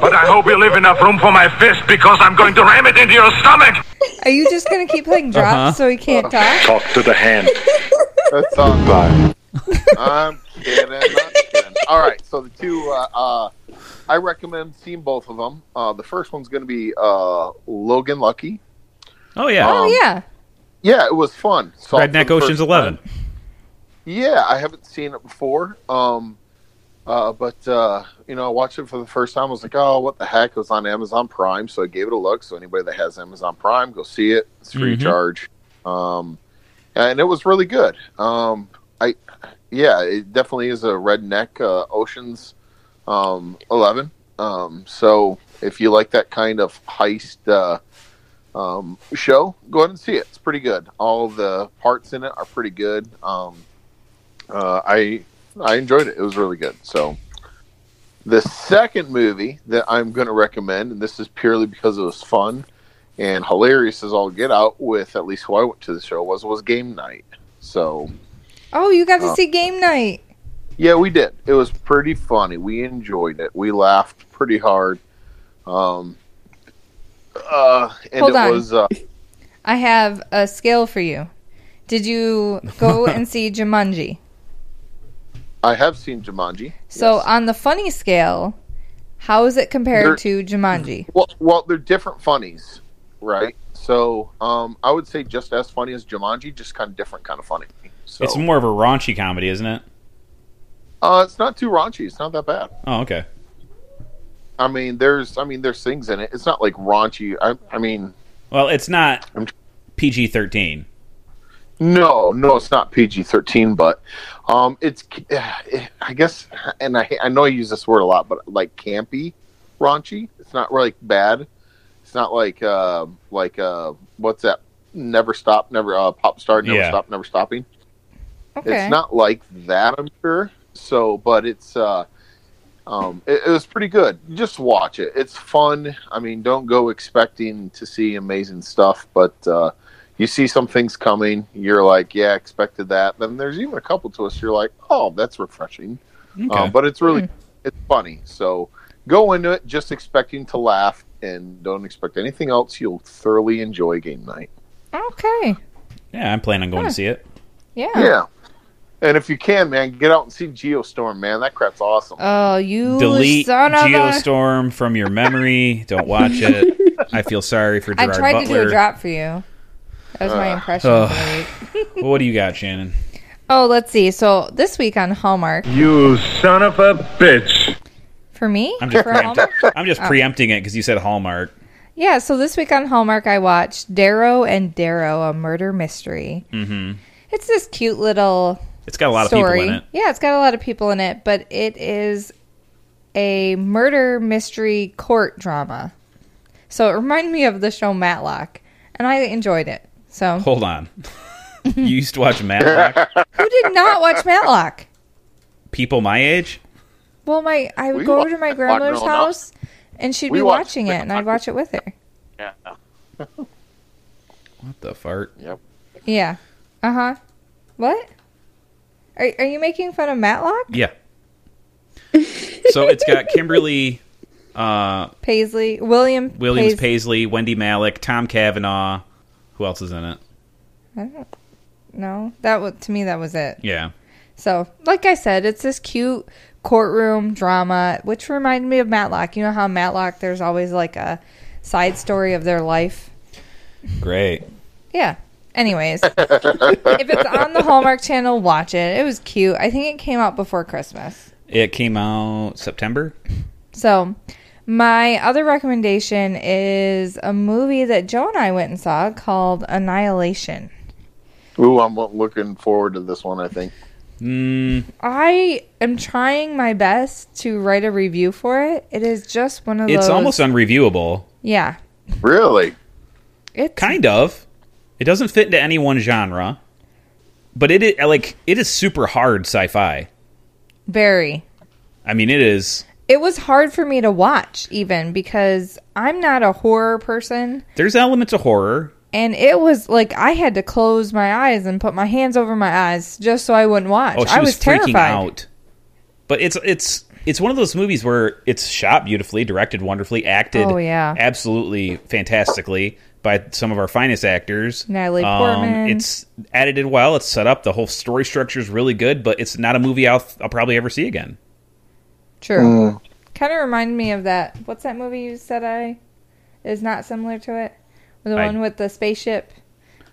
Speaker 6: But I hope you leave enough room for my fist because I'm going to ram it into your stomach.
Speaker 3: Are you just gonna keep playing drops
Speaker 2: Uh-huh.
Speaker 3: so he can't talk?
Speaker 6: Talk to the hand.
Speaker 4: That's all. Bye. I'm kidding. I'm kidding. All right. So the two, uh, uh, I recommend seeing both of them. Uh, the first one's going to be uh, Logan Lucky.
Speaker 2: Oh yeah.
Speaker 4: Um,
Speaker 3: Oh yeah.
Speaker 4: Yeah, it was fun. Saw it for
Speaker 2: Redneck
Speaker 4: the
Speaker 2: Ocean's
Speaker 4: first
Speaker 2: Eleven.
Speaker 4: time. Yeah, I haven't seen it before. Um, uh, but uh, you know, I watched it for the first time. I was like, "Oh, what the heck?" It was on Amazon Prime, so I gave it a look. So anybody that has Amazon Prime, go see it. It's free
Speaker 2: Mhm.
Speaker 4: charge. Um, and it was really good. Um, I, yeah, it definitely is a redneck uh, Ocean's um, Eleven. Um, so if you like that kind of heist uh, um, show, go ahead and see it. It's pretty good. All the parts in it are pretty good. Um, uh, I I enjoyed it. It was really good. So the second movie that I'm going to recommend, and this is purely because it was fun and hilarious as all get out with at least who I went to the show was was Game Night. So
Speaker 3: Oh, you got to
Speaker 4: uh,
Speaker 3: see game night.
Speaker 4: yeah, we did. It was pretty funny. We enjoyed it. We laughed pretty hard. Um, uh, and
Speaker 3: Hold
Speaker 4: it
Speaker 3: on.
Speaker 4: was uh,
Speaker 3: I have a scale for you. Did you go and see Jumanji?
Speaker 4: I have seen Jumanji.
Speaker 3: So
Speaker 4: Yes.
Speaker 3: on the funny scale, how is it compared to Jumanji?
Speaker 4: Well, well, they're different funnies, right? So, um, I would say just as funny as Jumanji, just kind of different kind of funny. So,
Speaker 2: It's more of a raunchy comedy, isn't it?
Speaker 4: uh, it's not too raunchy. It's not that bad.
Speaker 2: Oh, okay.
Speaker 4: I mean, there's, I mean, there's things in it. It's not like raunchy. I, I mean,
Speaker 2: Well, it's not
Speaker 4: I'm-
Speaker 2: PG thirteen.
Speaker 4: no, no, it's not PG thirteen, but, um, it's, I guess, and I, I know I use this word a lot, but like campy, raunchy. It's not like bad. It's not like, uh, like, uh, what's that? Never stop, never uh, pop star, never
Speaker 2: Yeah.
Speaker 4: stop, never stopping.
Speaker 3: Okay.
Speaker 4: It's not like that, I'm sure. So, but it's uh, um, it, it was pretty good. Just watch it. It's fun. I mean, don't go expecting to see amazing stuff, but uh, you see some things coming. You're like, yeah, I expected that. Then there's even a couple twists. You're like, oh, that's refreshing.
Speaker 2: Okay.
Speaker 4: Um, but it's really it's funny. So go into it just expecting to laugh and don't expect anything else. You'll thoroughly enjoy game night.
Speaker 3: okay.
Speaker 2: yeah, I'm planning on going
Speaker 3: Huh.
Speaker 2: to see it.
Speaker 3: Yeah.
Speaker 4: Yeah. And if you can, man, get out and see Geostorm, man. That crap's awesome.
Speaker 5: Uh,
Speaker 3: Oh, you
Speaker 2: Delete
Speaker 3: son of a-
Speaker 2: Geostorm from your memory. Don't watch it. I feel sorry for
Speaker 3: I
Speaker 2: Gerard
Speaker 3: tried to
Speaker 2: Butler.
Speaker 3: do a drop for you. That was my
Speaker 4: Ugh.
Speaker 3: impression.
Speaker 2: Ugh.
Speaker 3: for the week.
Speaker 2: Well, what do you got, Shannon?
Speaker 3: Oh, let's see. So this week on Hallmark
Speaker 6: You son of a bitch.
Speaker 3: for me
Speaker 2: I'm just
Speaker 3: for
Speaker 2: preempting.
Speaker 3: Hallmark.
Speaker 2: I'm
Speaker 3: Uh,
Speaker 2: just preempting it because you said Hallmark.
Speaker 3: Yeah. So this week on Hallmark, I watched Darrow and Darrow: A Murder Mystery. Mm-hmm. It's this cute little
Speaker 2: It's got a lot
Speaker 3: story.
Speaker 2: of people in it.
Speaker 3: Yeah, it's got a lot of people in it, but it is a murder mystery court drama. So it reminded me of the show Matlock, and I enjoyed it. So
Speaker 2: Hold on. you used to watch Matlock.
Speaker 3: who did not watch Matlock?
Speaker 2: People my age.
Speaker 3: Well, my I would
Speaker 4: We
Speaker 3: go over
Speaker 4: watched
Speaker 3: to my
Speaker 4: Matlock growing
Speaker 3: grandmother's
Speaker 4: up.
Speaker 3: house, and she'd
Speaker 4: We
Speaker 3: be
Speaker 4: watched
Speaker 3: watching it, and I'd watch it with her.
Speaker 4: Yeah.
Speaker 2: What the fart?
Speaker 4: Yep.
Speaker 3: Yeah. Uh huh. What? Are Are you making fun of Matlock
Speaker 2: Yeah. so it's got Kimberly uh,
Speaker 3: Paisley? William
Speaker 2: Williams
Speaker 3: Pais-
Speaker 2: Paisley, Wendy Malick, Tom Cavanaugh. Who else is in it?
Speaker 3: No, that was to me. That was it.
Speaker 2: Yeah.
Speaker 3: So, like I said, it's this cute courtroom drama, which reminded me of Matlock. You know how Matlock, there's always like a side story of their life?
Speaker 2: Great.
Speaker 3: Yeah. Anyways, if it's on the Hallmark Channel, watch it. It was cute. I think it came out before Christmas.
Speaker 2: It came out September.
Speaker 3: So, my other recommendation is a movie that Joe and I went and saw called Annihilation.
Speaker 4: Ooh, I'm looking forward to this one. I think.
Speaker 2: Mm,
Speaker 3: I am trying my best to write a review for it. It is just one of
Speaker 2: it's
Speaker 3: those.
Speaker 2: almost unreviewable.
Speaker 3: yeah.
Speaker 4: Really?
Speaker 3: It's
Speaker 2: Kind of. It doesn't fit into any one genre, but it is, like it is super hard sci-fi.
Speaker 3: Very.
Speaker 2: I mean, it is
Speaker 3: it was hard for me to watch even because I'm not a horror person.
Speaker 2: There's elements of horror.
Speaker 3: And it was like I had to close my eyes and put my hands over my eyes just so I wouldn't watch.
Speaker 2: Oh, she
Speaker 3: I
Speaker 2: was,
Speaker 3: was,
Speaker 2: freaking
Speaker 3: terrified.
Speaker 2: out. But it's it's it's one of those movies where it's shot beautifully, directed wonderfully, acted
Speaker 3: Oh, yeah.
Speaker 2: absolutely fantastically by some of our finest actors. Um,
Speaker 3: Natalie Portman.
Speaker 2: It's edited well. It's set up. The whole story structure is really good. But it's not a movie I'll, I'll probably ever see again.
Speaker 3: True. Kind of reminded me of that. What's that movie you said I is not similar to it? The
Speaker 2: I-
Speaker 3: one with the spaceship.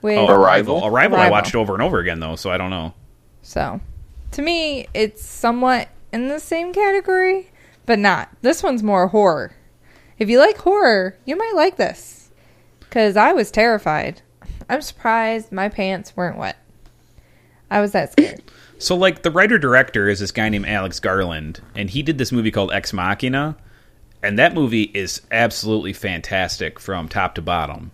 Speaker 3: With
Speaker 2: Oh,
Speaker 4: Arrival?
Speaker 2: Arrival. Arrival. I
Speaker 3: Arrival.
Speaker 2: watched over and over again though, so I don't know.
Speaker 3: so, to me, it's somewhat in the same category, but not. This one's more horror. If you like horror, you might like this. Cause I was terrified. I'm surprised my pants weren't wet. I was that scared.
Speaker 2: So, like, the writer director is this guy named Alex Garland, and he did this movie called Ex Machina, and that movie is absolutely fantastic from top to bottom.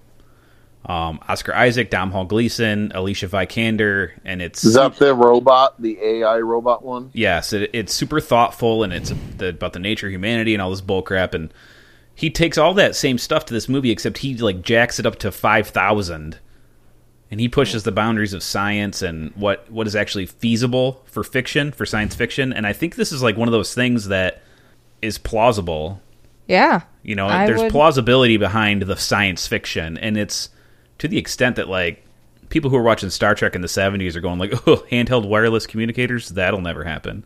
Speaker 2: Um, Oscar Isaac, Dom Hall Gleason, Alicia Vikander, and it's
Speaker 4: Is that the robot, the AI robot one?
Speaker 2: yes, it, it's super thoughtful and it's the, about the nature of humanity and all this bull crap. And he takes all that same stuff to this movie, except he like jacks it up to five thousand, and he pushes the boundaries of science and what what is actually feasible for fiction, for science fiction. And I think this is like one of those things that is plausible
Speaker 3: yeah.
Speaker 2: you know,
Speaker 3: I
Speaker 2: there's
Speaker 3: would-
Speaker 2: plausibility behind the science fiction, and it's to the extent that like people who are watching Star Trek in the '70s are going like, "Oh, handheld wireless communicators, that'll never happen."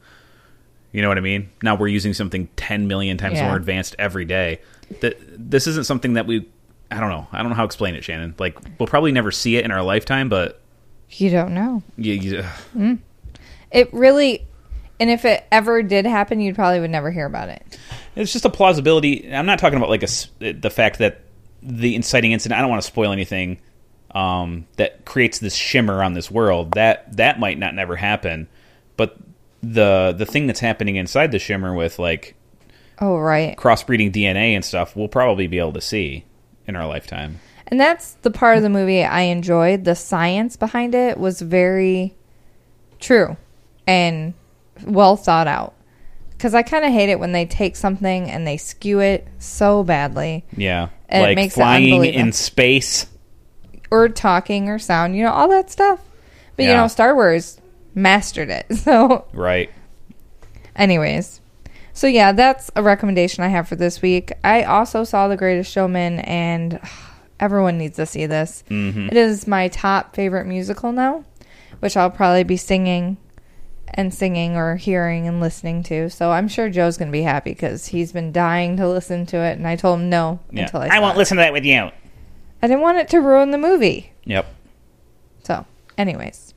Speaker 2: You know what I mean? Now we're using something 10 million times
Speaker 3: Yeah.
Speaker 2: more advanced every day. That this isn't something that we. I don't know. I don't know how to explain it, Shannon. Like we'll probably never see it in our lifetime, but
Speaker 3: You don't know.
Speaker 2: you, you,
Speaker 3: It really, and if it ever did happen, you probably would never hear about it.
Speaker 2: It's just a plausibility. I'm not talking about like a s the fact that the inciting incident. I don't want to spoil anything um, that creates this shimmer on this world. That that might not never happen, but the the thing that's happening inside the shimmer with like
Speaker 3: Oh, right.
Speaker 2: crossbreeding DNA and stuff, we'll probably be able to see in our lifetime.
Speaker 3: And that's the part of the movie I enjoyed. The science behind it was very true and well thought out. Because I kind of hate it when they take something and they skew it so badly,
Speaker 2: Yeah,
Speaker 3: It
Speaker 2: like
Speaker 3: makes it
Speaker 2: flying
Speaker 3: unbelievable.
Speaker 2: in space.
Speaker 3: or talking or sound, you know, all that stuff. But, you
Speaker 2: Yeah.
Speaker 3: know, Star Wars mastered it. So
Speaker 2: Right.
Speaker 3: Anyways, so yeah, that's a recommendation I have for this week. I also saw The Greatest Showman, and everyone needs to see this. It is my top favorite musical now, which I'll probably be singing and singing or hearing and listening to. So I'm sure Joe's going to be happy because he's been dying to listen to it, and I told him no
Speaker 2: Yeah.
Speaker 3: until I,
Speaker 2: I
Speaker 3: saw
Speaker 2: won't
Speaker 3: it.
Speaker 2: listen to that with you.
Speaker 3: I didn't want it to ruin the movie.
Speaker 2: Yep.
Speaker 3: So, anyways.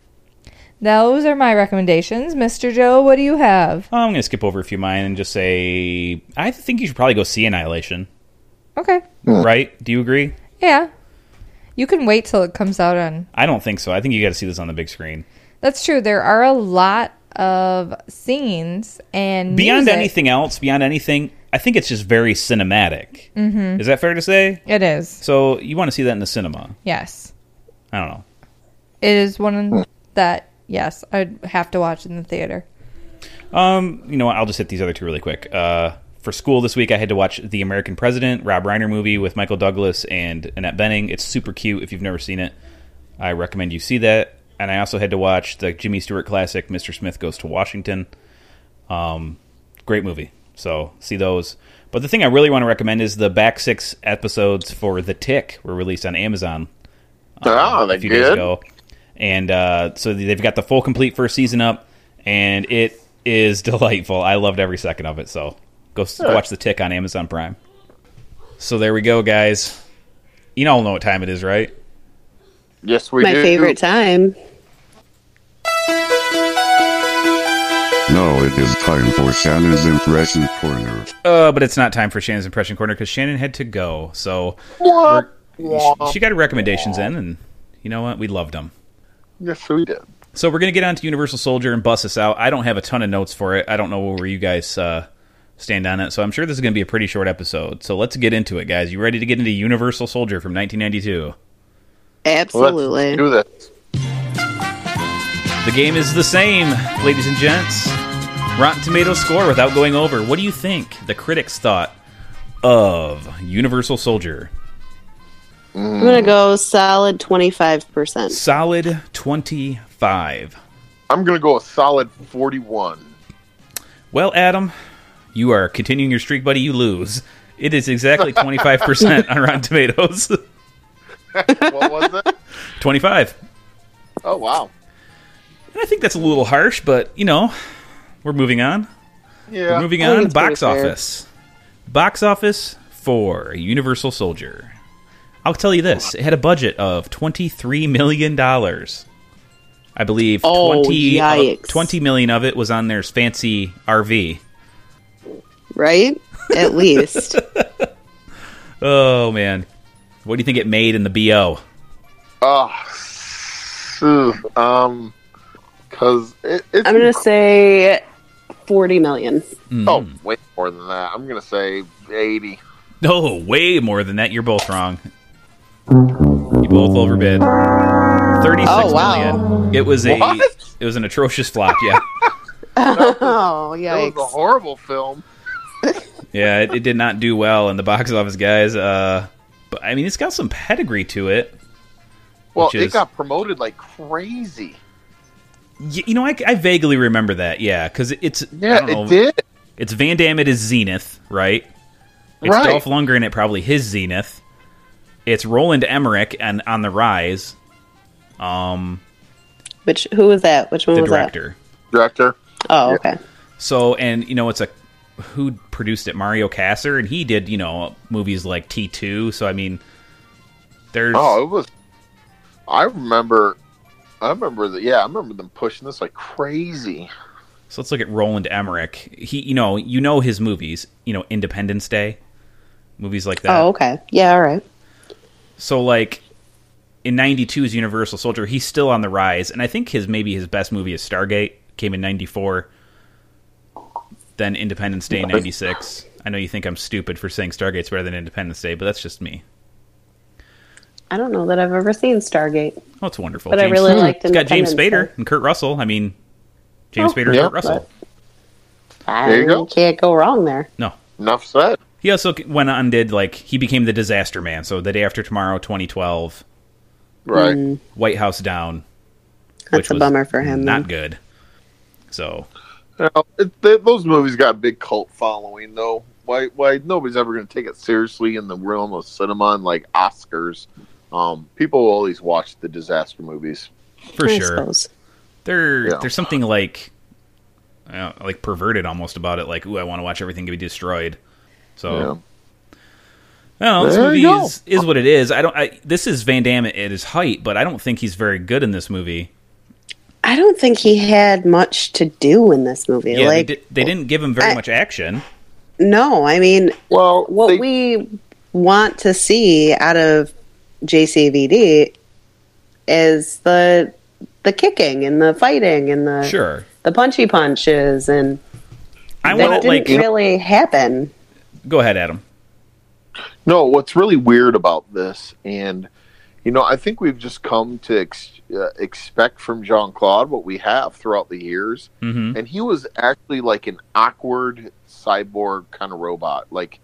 Speaker 3: Those are my recommendations. Mr. Joe, what do you have?
Speaker 2: I'm gonna skip over a few of mine and just say I think you should probably go see Annihilation.
Speaker 3: Okay.
Speaker 2: Right? Do you agree?
Speaker 3: Yeah. You can wait till it comes out on.
Speaker 2: I don't think so. I think you got to see this on the big screen.
Speaker 3: That's true. There are a lot of scenes and
Speaker 2: Beyond
Speaker 3: music.
Speaker 2: anything else, beyond anything, I think it's just very cinematic. Mm-hmm. Is that fair to say?
Speaker 3: It is.
Speaker 2: So you want to see that in the cinema?
Speaker 3: Yes.
Speaker 2: I don't know.
Speaker 3: It is one that yes, I'd have to watch in the theater.
Speaker 2: Um, you know what? I'll just hit these other two really quick. Uh, for school this week, I had to watch The American President, Rob Reiner movie with Michael Douglas and Annette Benning. It's super cute. If you've never seen it, I recommend you see that. And I also had to watch the Jimmy Stewart classic, Mr. Smith Goes to Washington. Um, great movie. So see those. But the thing I really want to recommend is the back six episodes for The Tick were released on Amazon
Speaker 4: ah,
Speaker 2: a
Speaker 4: they
Speaker 2: few days
Speaker 4: good.
Speaker 2: ago. And uh, so they've got the full complete first season up, and it is delightful. I loved every second of it. So go s watch The Tick on Amazon Prime. So there we go, guys. You all know what time it is, right?
Speaker 4: Yes, we
Speaker 5: My
Speaker 4: do.
Speaker 5: favorite time.
Speaker 1: Now it is time for Shannon's Impression Corner.
Speaker 2: Uh, but it's not time for Shannon's impression corner because Shannon had to go. So
Speaker 4: Wah,
Speaker 2: she-
Speaker 4: wah.
Speaker 2: she got her recommendations in, and you know what? We loved them.
Speaker 4: Yes, we did.
Speaker 2: So we're gonna get on to Universal Soldier and bust this out. I don't have a ton of notes for it. I don't know where you guys uh, stand on it, so I'm sure this is gonna be a pretty short episode. So let's get into it, guys. You ready to get into Universal Soldier from 1992?
Speaker 4: Let's
Speaker 5: Absolutely.
Speaker 4: do this.
Speaker 2: The game is the same, ladies and gents. Rotten Tomatoes score without going over. What do you think the critics thought of Universal Soldier?
Speaker 5: I'm gonna go solid twenty five percent.
Speaker 2: Solid 25.
Speaker 4: I'm gonna go a solid forty-one.
Speaker 2: Well, Adam, you are continuing your streak, buddy. You lose. It is exactly 25% on Rotten Tomatoes.
Speaker 4: what was it?
Speaker 2: 25.
Speaker 4: Oh wow.
Speaker 2: And I think that's a little harsh, but, you know, we're moving on.
Speaker 4: Yeah.
Speaker 2: We're moving
Speaker 5: I think
Speaker 2: on.
Speaker 5: it's Oh, pretty
Speaker 2: Box
Speaker 5: fair.
Speaker 2: office. Box office for Universal Soldier. I'll tell you this: it had a budget of twenty-three million dollars. I believe
Speaker 5: Oh,
Speaker 2: 20, of-
Speaker 5: yikes.
Speaker 2: 20 million of it was on their fancy RV.
Speaker 5: Right? At least.
Speaker 2: Oh man, what do you think it made in the BO?
Speaker 4: Oh, Ah, um, because it, it's
Speaker 5: I'm gonna say forty million.
Speaker 4: oh way more than that. I'm gonna say eighty.
Speaker 2: Oh, way more than that. You're both wrong. You both overbid. Thirty-six million.
Speaker 5: Oh, wow.
Speaker 2: It was a.
Speaker 4: What?
Speaker 2: It was an atrocious flop. Yeah.
Speaker 5: Oh
Speaker 4: That was a
Speaker 5: yikes.
Speaker 4: horrible film.
Speaker 2: yeah, it, it did not do well in the box office, guys. Uh, but I mean, it's got some pedigree to it.
Speaker 4: Well,
Speaker 2: Which is-
Speaker 4: it got promoted like crazy.
Speaker 2: Y- you know, I, I vaguely remember that. Yeah, because it's I
Speaker 4: Yeah,
Speaker 2: don't know,
Speaker 4: it did.
Speaker 2: It's Van Damme at his zenith, right? It's
Speaker 4: Right.
Speaker 2: Dolph Lundgren at probably his zenith. It's Roland Emmerich and on the rise. Um,
Speaker 5: Which who was that? Which one
Speaker 2: the
Speaker 5: was
Speaker 2: director.
Speaker 4: Director.
Speaker 5: that? Oh, okay.
Speaker 2: So, and you know, it's a who produced it, Mario Kasser, and he did you know movies like T two. So I mean, there's
Speaker 4: Oh, it was. I remember. I remember that. Yeah, I remember them pushing this like crazy.
Speaker 2: So let's look at Roland Emmerich. He, you know, you know his movies. You know, Independence Day, movies like that.
Speaker 5: Oh, okay. Yeah, all right.
Speaker 2: So like in '92's Universal Soldier, he's still on the rise, and I think his maybe his best movie is Stargate. Came in '94. Then Independence Day in '96. I know you think I'm stupid for saying Stargate's better than Independence Day, but that's just me.
Speaker 5: I don't know that I've ever seen Stargate.
Speaker 2: Oh, it's wonderful.
Speaker 5: But I really liked
Speaker 2: it's got James
Speaker 5: Independence
Speaker 2: Spader and Kurt Russell. I mean, James
Speaker 5: Oh,
Speaker 2: Spader and
Speaker 4: yeah,
Speaker 2: Kurt Russell.
Speaker 5: but- I
Speaker 4: There you go.
Speaker 5: can't go wrong there.
Speaker 2: No,
Speaker 4: Enough said.
Speaker 2: He also c- went on and did like he became the Disaster Man. So the day after tomorrow, 2012,
Speaker 4: Right.
Speaker 5: Hmm.
Speaker 2: White House Down.
Speaker 5: That's a
Speaker 2: was
Speaker 5: bummer for him.
Speaker 2: Not
Speaker 5: then.
Speaker 2: good. So
Speaker 4: Well, it, th those movies got a big cult following, though. Why? Why nobody's ever going to take it seriously in the realm of cinema and like Oscars? Um, people will always watch the disaster movies.
Speaker 2: for
Speaker 5: I
Speaker 2: sure,
Speaker 5: suppose.
Speaker 2: there
Speaker 4: Yeah.
Speaker 2: there's something like uh, like perverted almost about it. Like, ooh, I want to watch everything be destroyed. So
Speaker 4: Yeah.
Speaker 2: Well, this
Speaker 4: There
Speaker 2: movie
Speaker 4: you go.
Speaker 2: is, is what it is. I don't. I, this is Van Damme at his height, but I don't think he's very good in this movie.
Speaker 5: I don't think he had much to do in this movie.
Speaker 2: Yeah,
Speaker 5: like,
Speaker 2: they, di- they didn't give him very
Speaker 5: I-
Speaker 2: much action.
Speaker 5: no, I mean,
Speaker 4: Well,
Speaker 5: what
Speaker 4: they-
Speaker 5: we want to see out of JCVD is the the kicking and the fighting and the
Speaker 2: Sure,
Speaker 5: the punchy punches, and
Speaker 2: I
Speaker 5: that
Speaker 2: want to
Speaker 5: didn't
Speaker 2: like
Speaker 5: really happen.
Speaker 2: go ahead, Adam.
Speaker 4: No, what's really weird about this, and you know, I think we've just come to ex- uh, expect from Jean Claude what we have throughout the years,
Speaker 2: hmm
Speaker 4: and he was actually like an awkward cyborg kind of robot. Like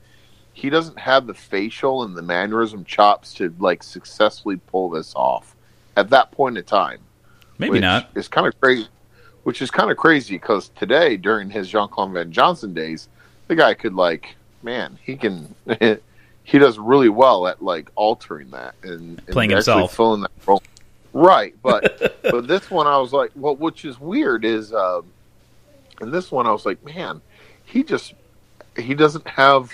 Speaker 4: he doesn't have the facial and the mannerism chops to like successfully pull this off at that point in time.
Speaker 2: Maybe
Speaker 4: which
Speaker 2: not.
Speaker 4: It's kind of crazy. Which is kind of crazy because today, during his Jean Claude Van Johnson days, the guy could like, man, he can, he does really well at like altering that and, and
Speaker 2: Playing
Speaker 4: actually
Speaker 2: himself.
Speaker 4: filling that role. Right, but but this one I was like, well, which is weird is, um, and this one I was like, man, he just he doesn't have.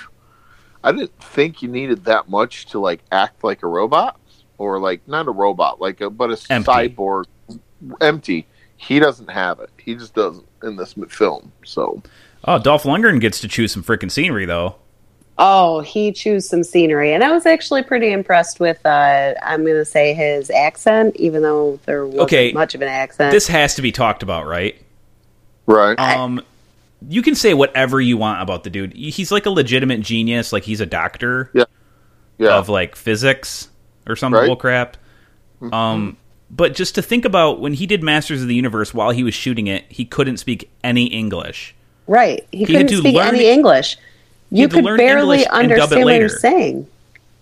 Speaker 4: I didn't think you needed that much to like act like a robot or like not a robot, like a but a
Speaker 2: Empty.
Speaker 4: cyborg empty. He doesn't have it. He just doesn't in this m- film. So
Speaker 2: Oh, Dolph Lundgren gets to choose some freaking scenery, though.
Speaker 5: Oh, he chose some scenery, and I was actually pretty impressed with. Uh, I'm going to say his accent, even though there wasn't
Speaker 2: Okay.
Speaker 5: much of an accent.
Speaker 2: This has to be talked about, right?
Speaker 4: right,
Speaker 2: Um, you can say whatever you want about the dude. He's like a legitimate genius. Like he's a doctor
Speaker 4: yeah,
Speaker 2: of like physics or some
Speaker 4: Right.
Speaker 2: bull crap.
Speaker 5: Mm-hmm.
Speaker 2: Um, but just to think about when he did Masters of the Universe, while he was shooting it, he couldn't speak any English.
Speaker 5: Right. He,
Speaker 2: had
Speaker 5: couldn't
Speaker 2: to
Speaker 5: speak
Speaker 2: learn-
Speaker 5: any English. You
Speaker 2: had to
Speaker 5: could
Speaker 2: learn
Speaker 5: barely
Speaker 2: English and dub it
Speaker 5: understand what he
Speaker 2: later. Uh,
Speaker 5: was saying.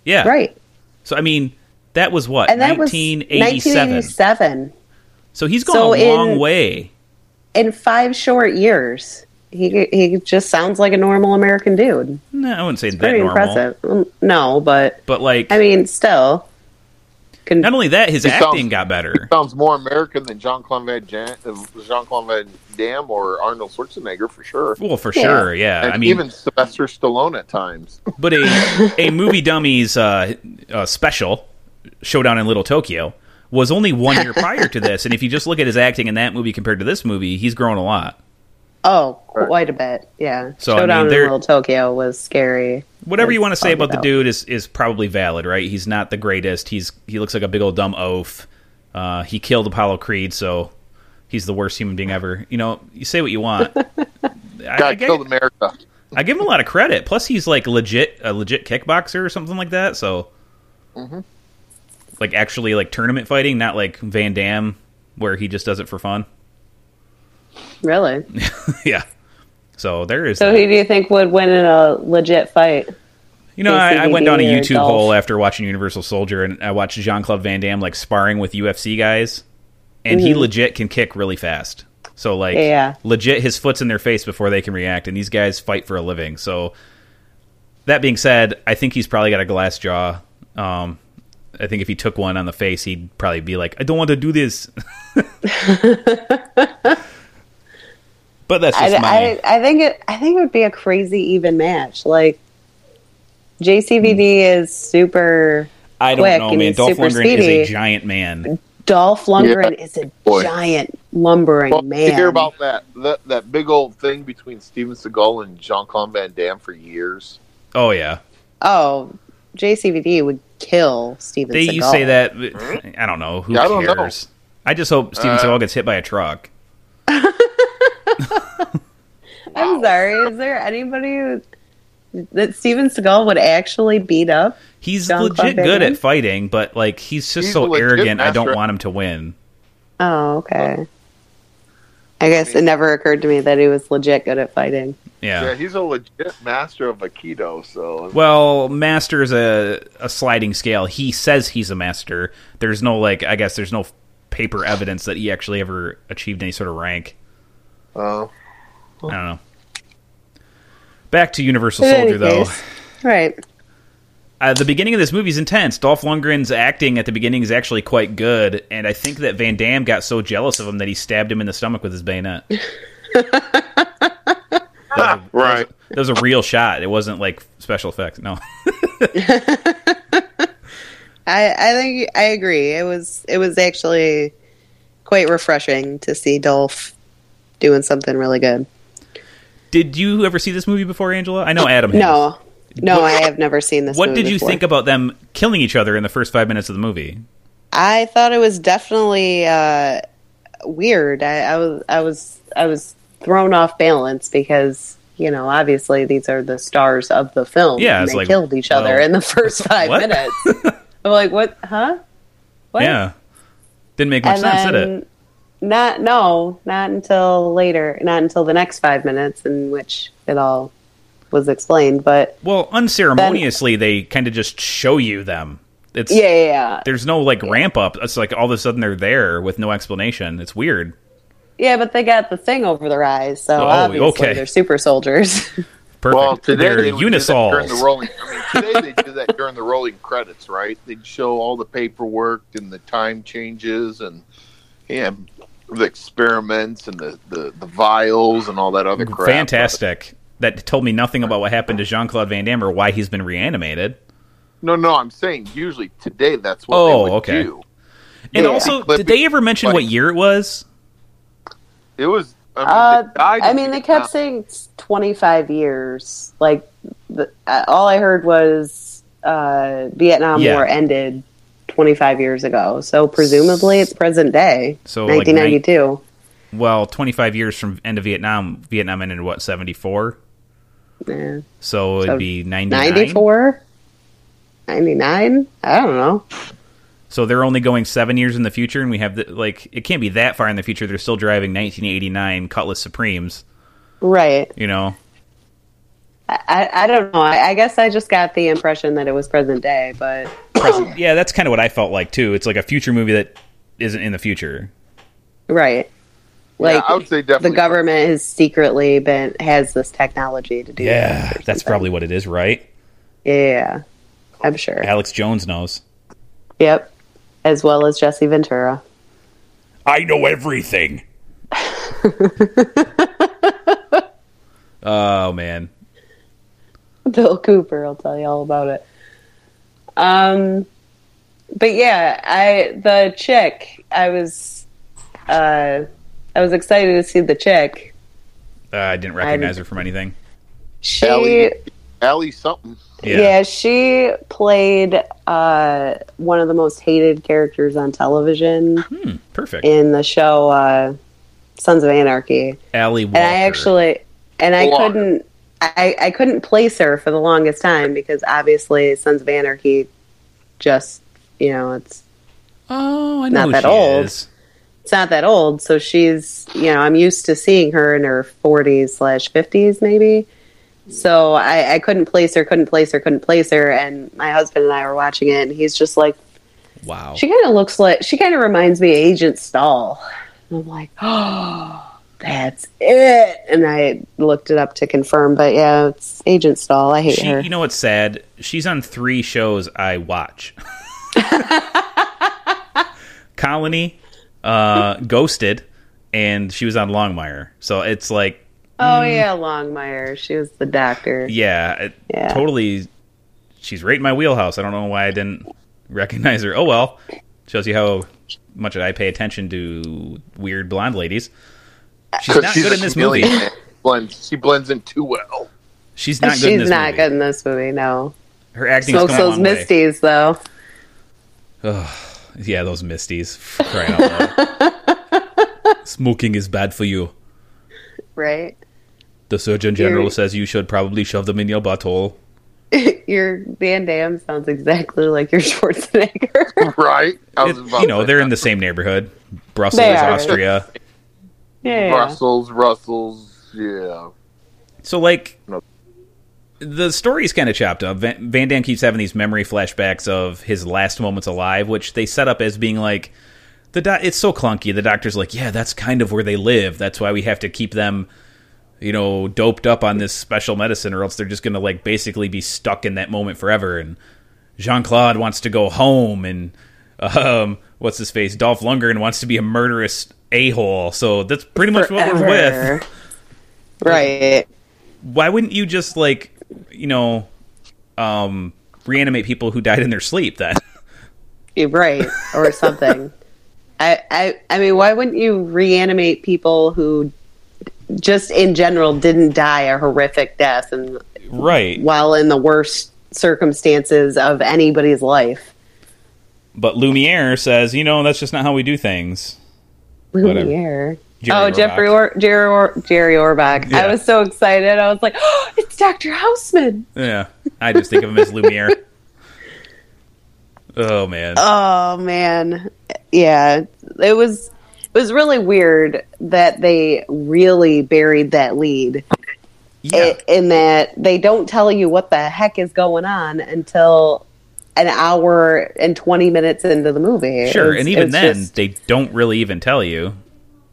Speaker 2: Yeah.
Speaker 5: Right.
Speaker 2: So I mean, that was what
Speaker 5: And that was
Speaker 2: 1987.
Speaker 5: 1987.
Speaker 2: So he's gone
Speaker 5: So
Speaker 2: a long
Speaker 5: in-
Speaker 2: way.
Speaker 5: In five short years, he he just sounds like a normal American dude.
Speaker 2: No, I wouldn't say that
Speaker 5: Very
Speaker 2: normal.
Speaker 5: impressive. Mm, No, but
Speaker 2: But like,
Speaker 5: I mean, still. Con-
Speaker 2: not only that, his
Speaker 4: He sounds-
Speaker 2: acting got better.
Speaker 4: Sounds more American than Jean Claude Van Jan- uh, Jean Claude Van Damme or Arnold Schwarzenegger for sure.
Speaker 2: Well, for
Speaker 5: Yeah.
Speaker 2: sure, yeah.
Speaker 4: And
Speaker 2: I mean,
Speaker 4: even Sylvester Stallone at times.
Speaker 2: but a a movie dummies uh, uh, special showdown in Little Tokyo was only one year prior to this, and if you just look at his acting in that movie compared to this movie, he's grown a lot.
Speaker 5: oh,
Speaker 4: Right.
Speaker 5: quite a bit. Yeah.
Speaker 2: So, I
Speaker 5: Showdown
Speaker 2: mean,
Speaker 5: in
Speaker 2: they're-
Speaker 5: Little Tokyo was scary.
Speaker 2: Whatever you want to say
Speaker 5: Talk
Speaker 2: about the
Speaker 5: about-
Speaker 2: dude is is probably valid, right? He's not the greatest. He's he looks like a big old dumb oaf. Uh, he killed Apollo Creed, so he's the worst human being ever. You know, you say what you want. I, I
Speaker 4: God
Speaker 2: get-
Speaker 4: killed America.
Speaker 2: I give him a lot of credit. Plus, he's like legit a legit kickboxer or something like that. So, like actually like tournament fighting, not like Van Damme where he just does it for fun.
Speaker 5: Really?
Speaker 2: yeah. So there is.
Speaker 5: So
Speaker 2: that.
Speaker 5: who do you think would win in a legit fight?
Speaker 2: you know, I, I went down a
Speaker 5: JCVD or
Speaker 2: YouTube
Speaker 5: golf?
Speaker 2: hole after watching Universal Soldier, and I watched Jean Claude Van Damme like sparring with UFC guys, and he legit can kick really fast. So like,
Speaker 5: Mm-hmm. Yeah.
Speaker 2: legit, his foot's in their face before they can react, and these guys fight for a living. So that being said, I think he's probably got a glass jaw. Um, I think if he took one on the face, he'd probably be like, "I don't want to do this." but that's just my.
Speaker 5: I, I, I think it. I think it would be a crazy even match. Like JCVD
Speaker 2: Hmm.
Speaker 5: is super.
Speaker 2: I don't
Speaker 5: quick
Speaker 2: know,
Speaker 5: and
Speaker 2: man.
Speaker 5: he's
Speaker 2: Dolph
Speaker 5: super
Speaker 2: Lundgren is a
Speaker 5: speedy. Mm.
Speaker 2: giant man.
Speaker 5: Dolph Lundgren
Speaker 4: Yeah.
Speaker 5: is a
Speaker 4: Boy.
Speaker 5: giant lumbering
Speaker 4: Well,
Speaker 5: man.
Speaker 4: you hear about that, that that big old thing between Steven Seagal and Jean Claude Van Damme for years.
Speaker 2: Oh yeah,
Speaker 5: oh, JCVD would kill Steven.
Speaker 2: they you
Speaker 5: Seagal.
Speaker 2: say that. but I don't know who
Speaker 4: Yeah, I
Speaker 2: cares.
Speaker 4: don't know.
Speaker 2: I just hope Steven
Speaker 4: Uh,
Speaker 2: Seagal gets hit by a truck.
Speaker 5: I'm sorry. Is there anybody who, that Steven Seagal would actually beat up?
Speaker 2: He's
Speaker 5: Jean-Claude
Speaker 2: legit
Speaker 5: Van
Speaker 2: good
Speaker 5: Damme?
Speaker 2: at fighting, but like he's just
Speaker 4: He's a
Speaker 2: so
Speaker 4: legit
Speaker 2: arrogant. I don't
Speaker 4: master-
Speaker 2: want him to win.
Speaker 5: Oh, okay. I guess it never occurred to me that he was legit good at fighting.
Speaker 4: Yeah, he's a legit master of Aikido. So
Speaker 2: Well, master is a, a sliding scale. He says he's a master. There's no like I guess there's no paper evidence that he actually ever achieved any sort of rank.
Speaker 4: uh,
Speaker 2: I don't know. Back to Universal
Speaker 5: In any
Speaker 2: Soldier though.
Speaker 5: case. Right.
Speaker 2: Uh, the beginning of this movie is intense. Dolph Lundgren's acting at the beginning is actually quite good, and I think that Van Damme got so jealous of him that he stabbed him in the stomach with his bayonet. That was a-
Speaker 4: right.
Speaker 2: That was a real shot. It wasn't like special effects. No.
Speaker 5: I, I think I agree. It was it was actually quite refreshing to see Dolph doing something really good.
Speaker 2: Did you ever see this movie before, Angela? I know Adam. has.
Speaker 5: No, no,
Speaker 2: What-
Speaker 5: I have never seen this.
Speaker 2: What
Speaker 5: movie
Speaker 2: did you
Speaker 5: before.
Speaker 2: think about them killing each other in the first five minutes of the movie?
Speaker 5: I thought it was definitely uh, weird. I, I was I was I was thrown off balance because you know obviously these are the stars of the film.
Speaker 2: Yeah,
Speaker 5: and
Speaker 2: it's
Speaker 5: they
Speaker 2: like,
Speaker 5: killed each other
Speaker 2: well,
Speaker 5: in the first five
Speaker 2: what?
Speaker 5: minutes. I'm like, what? Huh? What?
Speaker 2: Yeah, didn't make much sense, did it?
Speaker 5: Not no, not until later, not until the next five minutes in which it all was explained. But
Speaker 2: Well, unceremoniously, they kind of just show you them. It's
Speaker 5: yeah, yeah, yeah,
Speaker 2: There's no like ramp up. It's like all of a sudden they're there with no explanation. It's weird.
Speaker 5: yeah. But they got the thing over their eyes, so
Speaker 2: Oh,
Speaker 5: obviously
Speaker 2: okay.
Speaker 5: they're super soldiers.
Speaker 2: Perfect.
Speaker 4: well, today
Speaker 2: they're
Speaker 4: they would do that during the
Speaker 2: unisols.
Speaker 4: rolling. I mean, today they do that during the rolling credits, right? They'd show all the paperwork and the time changes and yeah, the experiments and the the, the vials and all that other crap.
Speaker 2: Fantastic. That told me nothing about what happened to Jean Claude Van Damme or why he's been reanimated.
Speaker 4: No, no, I'm saying usually today that's what
Speaker 2: Oh,
Speaker 4: they would
Speaker 2: okay.
Speaker 4: do.
Speaker 2: And
Speaker 5: Yeah.
Speaker 2: also,
Speaker 4: But
Speaker 2: did they ever mention
Speaker 4: like-
Speaker 2: what year it was?
Speaker 4: It was. I mean,
Speaker 5: Uh,
Speaker 4: the guy uh,
Speaker 5: I mean, they kept saying it's 25 years. Like, the, uh, all I heard was uh, Vietnam
Speaker 2: Yeah.
Speaker 5: War ended 25 years ago. So presumably it's present day,
Speaker 2: So, like,
Speaker 5: 1992.
Speaker 2: Well, 25 years from end of Vietnam. Vietnam ended what 74.
Speaker 5: Yeah.
Speaker 2: So it'd
Speaker 5: So,
Speaker 2: be 99.
Speaker 5: 94? 99? I don't know.
Speaker 2: So they're only going seven years in the future, and we have the, like it can't be that far in the future. They're still driving 1989 Cutlass Supremes.
Speaker 5: Right.
Speaker 2: You know,
Speaker 5: I, I don't know. I, I guess I just got the impression that it was present day, but
Speaker 2: present. yeah, that's kind of what I felt like too. It's like a future movie that isn't in the future.
Speaker 5: right. Like
Speaker 4: I would say
Speaker 5: the
Speaker 4: definitely
Speaker 5: government has secretly been has this technology to do.
Speaker 2: Yeah,
Speaker 5: this or
Speaker 2: that's
Speaker 5: something.
Speaker 2: probably what it is, right?
Speaker 5: Yeah, I'm sure.
Speaker 2: Alex Jones knows.
Speaker 5: Yep, as well as Jesse Ventura.
Speaker 2: I know everything. oh man.
Speaker 5: Bill Cooper will tell you all about it. Um, but yeah, I the chick I was, uh, I was excited to see the chick.
Speaker 2: Uh, I didn't recognize her from anything.
Speaker 5: She,
Speaker 4: Ellie. Allie something.
Speaker 5: yeah. she played uh one of the most hated characters on television
Speaker 2: Hmm, perfect.
Speaker 5: in the show uh Sons of Anarchy.
Speaker 2: Allie Walker.
Speaker 5: and I actually and I
Speaker 4: Walker.
Speaker 5: couldn't I, I couldn't place her for the longest time because obviously Sons of Anarchy just you know it's
Speaker 2: Oh, I know
Speaker 5: Not
Speaker 2: who
Speaker 5: that
Speaker 2: she
Speaker 5: old.
Speaker 2: is.
Speaker 5: it's not that old so she's you know I'm used to seeing her in her 40s slash 50s maybe so I, I couldn't place her couldn't place her couldn't place her and my husband and I were watching it and he's just like
Speaker 2: Wow.
Speaker 5: she kind of looks like she kind of reminds me of Agent Stahl. And I'm like, oh, that's it. And I looked it up to confirm, but yeah, it's Agent Stahl. I hate
Speaker 2: She-
Speaker 5: her.
Speaker 2: you know what's sad? She's on three shows I watch. Colony, uh, Ghosted, and she was on Longmire. So it's like,
Speaker 5: oh
Speaker 2: mm.
Speaker 5: yeah, Longmire. She was the doctor.
Speaker 2: yeah, it
Speaker 5: Yeah.
Speaker 2: totally. She's right in my wheelhouse. I don't know why I didn't recognize her. Oh well, shows you how much I pay attention to weird blonde ladies. She's not good in this movie.
Speaker 4: chameleon. blends. She blends in too well.
Speaker 2: She's not good in
Speaker 5: She's
Speaker 2: this
Speaker 5: not
Speaker 2: movie.
Speaker 5: good in this movie. No,
Speaker 2: Her acting's
Speaker 5: smokes
Speaker 2: come a
Speaker 5: those
Speaker 2: long way.
Speaker 5: misties though.
Speaker 2: Yeah, those misties. For crying out loud. Smoking is bad for you.
Speaker 5: Right,
Speaker 2: The Surgeon General
Speaker 5: You're-
Speaker 2: says you should probably shove them in your butthole.
Speaker 5: your Van Damme sounds exactly like your Schwarzenegger.
Speaker 4: Right? I
Speaker 2: It- you know, they're in the same neighborhood. Brussels,
Speaker 5: They are.
Speaker 2: Austria.
Speaker 5: yeah,
Speaker 4: Brussels, Russells, yeah.
Speaker 2: So, like,
Speaker 4: No.
Speaker 2: the story's kind of chopped up. Van, Van Damme keeps having these memory flashbacks of his last moments alive, which they set up as being like, the doc- it's so clunky. The doctor's like, yeah, that's kind of where they live. That's why we have to keep them, you know, doped up on this special medicine, or else they're just going to, like, basically be stuck in that moment forever. And Jean Claude wants to go home, and um, what's his face? Dolph Lundgren wants to be a murderous a hole. So that's pretty much what we're with
Speaker 5: Forever. Right.
Speaker 2: why wouldn't you just like you know um reanimate people who died in their sleep then
Speaker 5: You're right or something I, I i mean why wouldn't you reanimate people who just in general didn't die a horrific death and
Speaker 2: right
Speaker 5: while in the worst circumstances of anybody's life
Speaker 2: but lumiere says you know that's just not how we do things Whatever.
Speaker 5: Lumiere.
Speaker 2: Jerry
Speaker 5: oh
Speaker 2: Orbach.
Speaker 5: jeffrey or- jerry, or- jerry orbach
Speaker 2: Yeah.
Speaker 5: i was so excited i was like oh, it's dr houseman
Speaker 2: yeah i just think of him as lumiere oh man
Speaker 5: Oh man, yeah, it was it was really weird that they really buried that lead.
Speaker 2: Yeah.
Speaker 5: I- in that they don't tell you what the heck is going on until an hour and twenty minutes into the movie.
Speaker 2: sure
Speaker 5: It's-
Speaker 2: and even
Speaker 5: it's
Speaker 2: then
Speaker 5: just-
Speaker 2: they don't really even tell you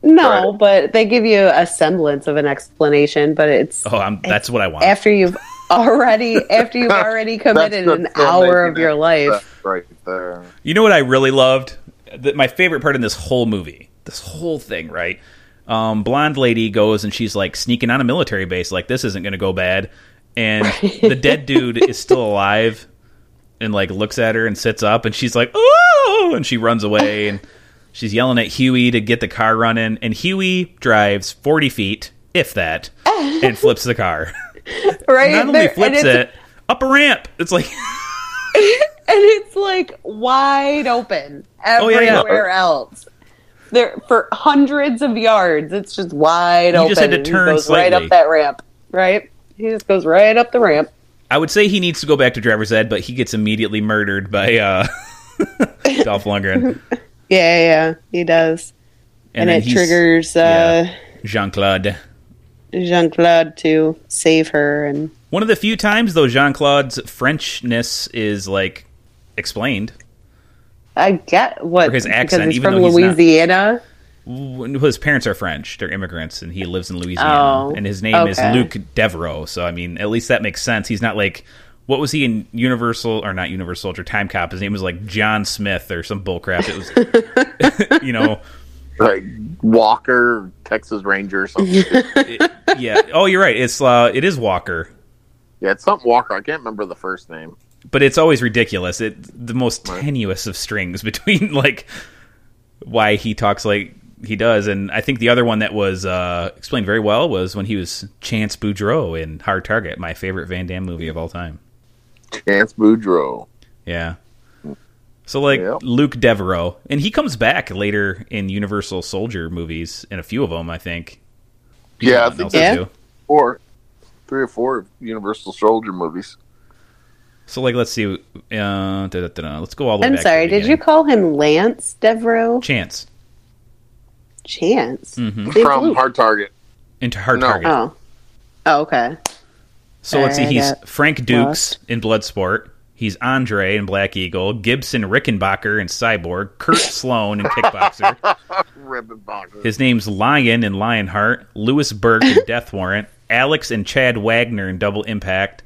Speaker 5: no, but they give you a semblance of an explanation. But it's
Speaker 2: oh I'm, that's what i want
Speaker 5: after you've already after you've already committed
Speaker 4: the
Speaker 5: an
Speaker 4: filmmaking
Speaker 5: hour of your
Speaker 4: aspect
Speaker 5: life.
Speaker 4: Right there.
Speaker 2: You know what I really loved? That my favorite part in this whole movie, this whole thing, right? Um, blonde lady goes and she's like sneaking on a military base, like this isn't going to go bad. And the dead dude is still alive, and like looks at her and sits up, and she's like, "Oh!" and she runs away, and she's yelling at Huey to get the car running, and Huey drives forty feet, if that, and flips the car.
Speaker 5: Right?
Speaker 2: Not only
Speaker 5: There- and
Speaker 2: flips
Speaker 5: it's-
Speaker 2: it up a ramp. It's like
Speaker 5: and it's like wide open
Speaker 2: Oh, yeah, yeah. Uh-huh.
Speaker 5: everywhere else. There for hundreds of yards, it's just wide
Speaker 2: You
Speaker 5: open.
Speaker 2: just had to
Speaker 5: and
Speaker 2: turn
Speaker 5: he goes right
Speaker 2: slightly.
Speaker 5: up that ramp, right? He just goes right up the ramp.
Speaker 2: I would say he needs to go back to driver's ed, but he gets immediately murdered by uh, Dolph Lundgren,
Speaker 5: Yeah, yeah, yeah, he does, and,
Speaker 2: then
Speaker 5: it triggers. Uh,
Speaker 2: Jean Claude.
Speaker 5: Jean Claude uh, to save her and
Speaker 2: One of the few times though Jean Claude's Frenchness is like explained
Speaker 5: I get what
Speaker 2: Or his accent,
Speaker 5: because he's
Speaker 2: even
Speaker 5: from
Speaker 2: though he's not-
Speaker 5: Louisiana.
Speaker 2: Well, his parents are French. They're immigrants, and he lives in Louisiana.
Speaker 5: Oh,
Speaker 2: and his name is
Speaker 5: okay.
Speaker 2: Luke Devereaux. So I mean, at least that makes sense. He's not like what was he in Universal or not Universal Soldier Time Cop? His name was like John Smith or some bullcrap. It was, you know,
Speaker 4: Like Walker, Texas Ranger, or something. yeah,
Speaker 2: yeah. Oh, you're right. It's uh, it is Walker,
Speaker 4: it's something Walker. I can't remember the first name.
Speaker 2: but it's always ridiculous. It the most tenuous of strings between like why he talks like he does, and I think the other one that was uh, explained very well was when he was Chance Boudreau in Hard Target, my favorite Van Damme movie of all time.
Speaker 4: Chance Boudreaux.
Speaker 2: Yeah. So like
Speaker 4: Yep.
Speaker 2: Luke Devereaux, and he comes back later in Universal Soldier movies, in a few of them, I think.
Speaker 4: Yeah, I
Speaker 2: Someone
Speaker 4: think
Speaker 2: else
Speaker 5: Yeah.
Speaker 2: too.
Speaker 4: four, three or four Universal Soldier movies.
Speaker 2: So like, let's see. Uh, da, da, da, da. Let's go all the way.
Speaker 5: I'm
Speaker 2: back to the
Speaker 5: sorry, did you
Speaker 2: beginning.
Speaker 5: call him Lance Devereaux?
Speaker 2: Chance Mm,
Speaker 5: Chance. Big
Speaker 4: From
Speaker 5: Luke.
Speaker 4: Hard Target.
Speaker 2: into Hard
Speaker 4: No.
Speaker 2: Target?
Speaker 5: Oh. Oh, okay.
Speaker 2: So let's see.
Speaker 5: Sorry, I
Speaker 2: He's
Speaker 5: got
Speaker 2: Frank Dukes
Speaker 5: uh, lost.
Speaker 2: in Bloodsport. He's Andre in Black Eagle. Gibson Rickenbacker in Cyborg. Kurt Sloan in Kickboxer.
Speaker 4: Rickenbacker.
Speaker 2: His name's Lion in Lionheart, Lewis Burke in Death Warrant, Alex and Chad Wagner in Double Impact.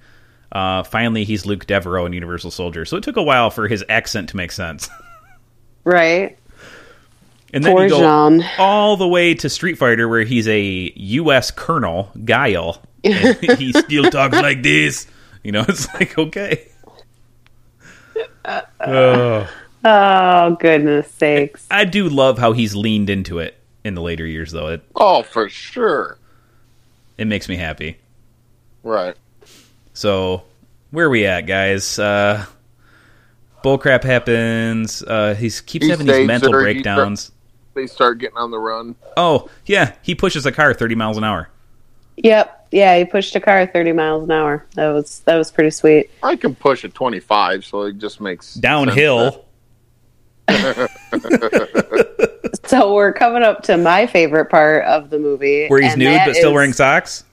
Speaker 2: Uh, finally, he's Luke Devereaux in Universal Soldier. So it took a while for his accent to make sense.
Speaker 5: Right.
Speaker 2: And then
Speaker 5: Poor
Speaker 2: you go
Speaker 5: Jean.
Speaker 2: all the way to Street Fighter, where he's a U.S. Colonel, Guile. And he still talks like this. You know, it's like, okay. Oh.
Speaker 5: Oh goodness sakes.
Speaker 2: I do love how he's leaned into it in the later years, though. It,
Speaker 4: Oh, for sure.
Speaker 2: it makes me happy.
Speaker 4: Right.
Speaker 2: So where are we at, guys? Uh, bullcrap happens. Uh, he keeps
Speaker 4: He
Speaker 2: having these
Speaker 4: stays
Speaker 2: mental
Speaker 4: there, he
Speaker 2: breakdowns.
Speaker 4: They start getting on the run.
Speaker 2: Oh yeah, he pushes a car thirty miles an hour.
Speaker 5: Yep. Yeah, he pushed a car thirty miles an hour. That was that was pretty sweet.
Speaker 4: I can push a 25, so it just makes sense.
Speaker 2: Downhill.
Speaker 5: So we're coming up to my favorite part of the movie.
Speaker 2: Where he's
Speaker 5: and
Speaker 2: nude
Speaker 5: that
Speaker 2: but still
Speaker 5: is,
Speaker 2: wearing socks.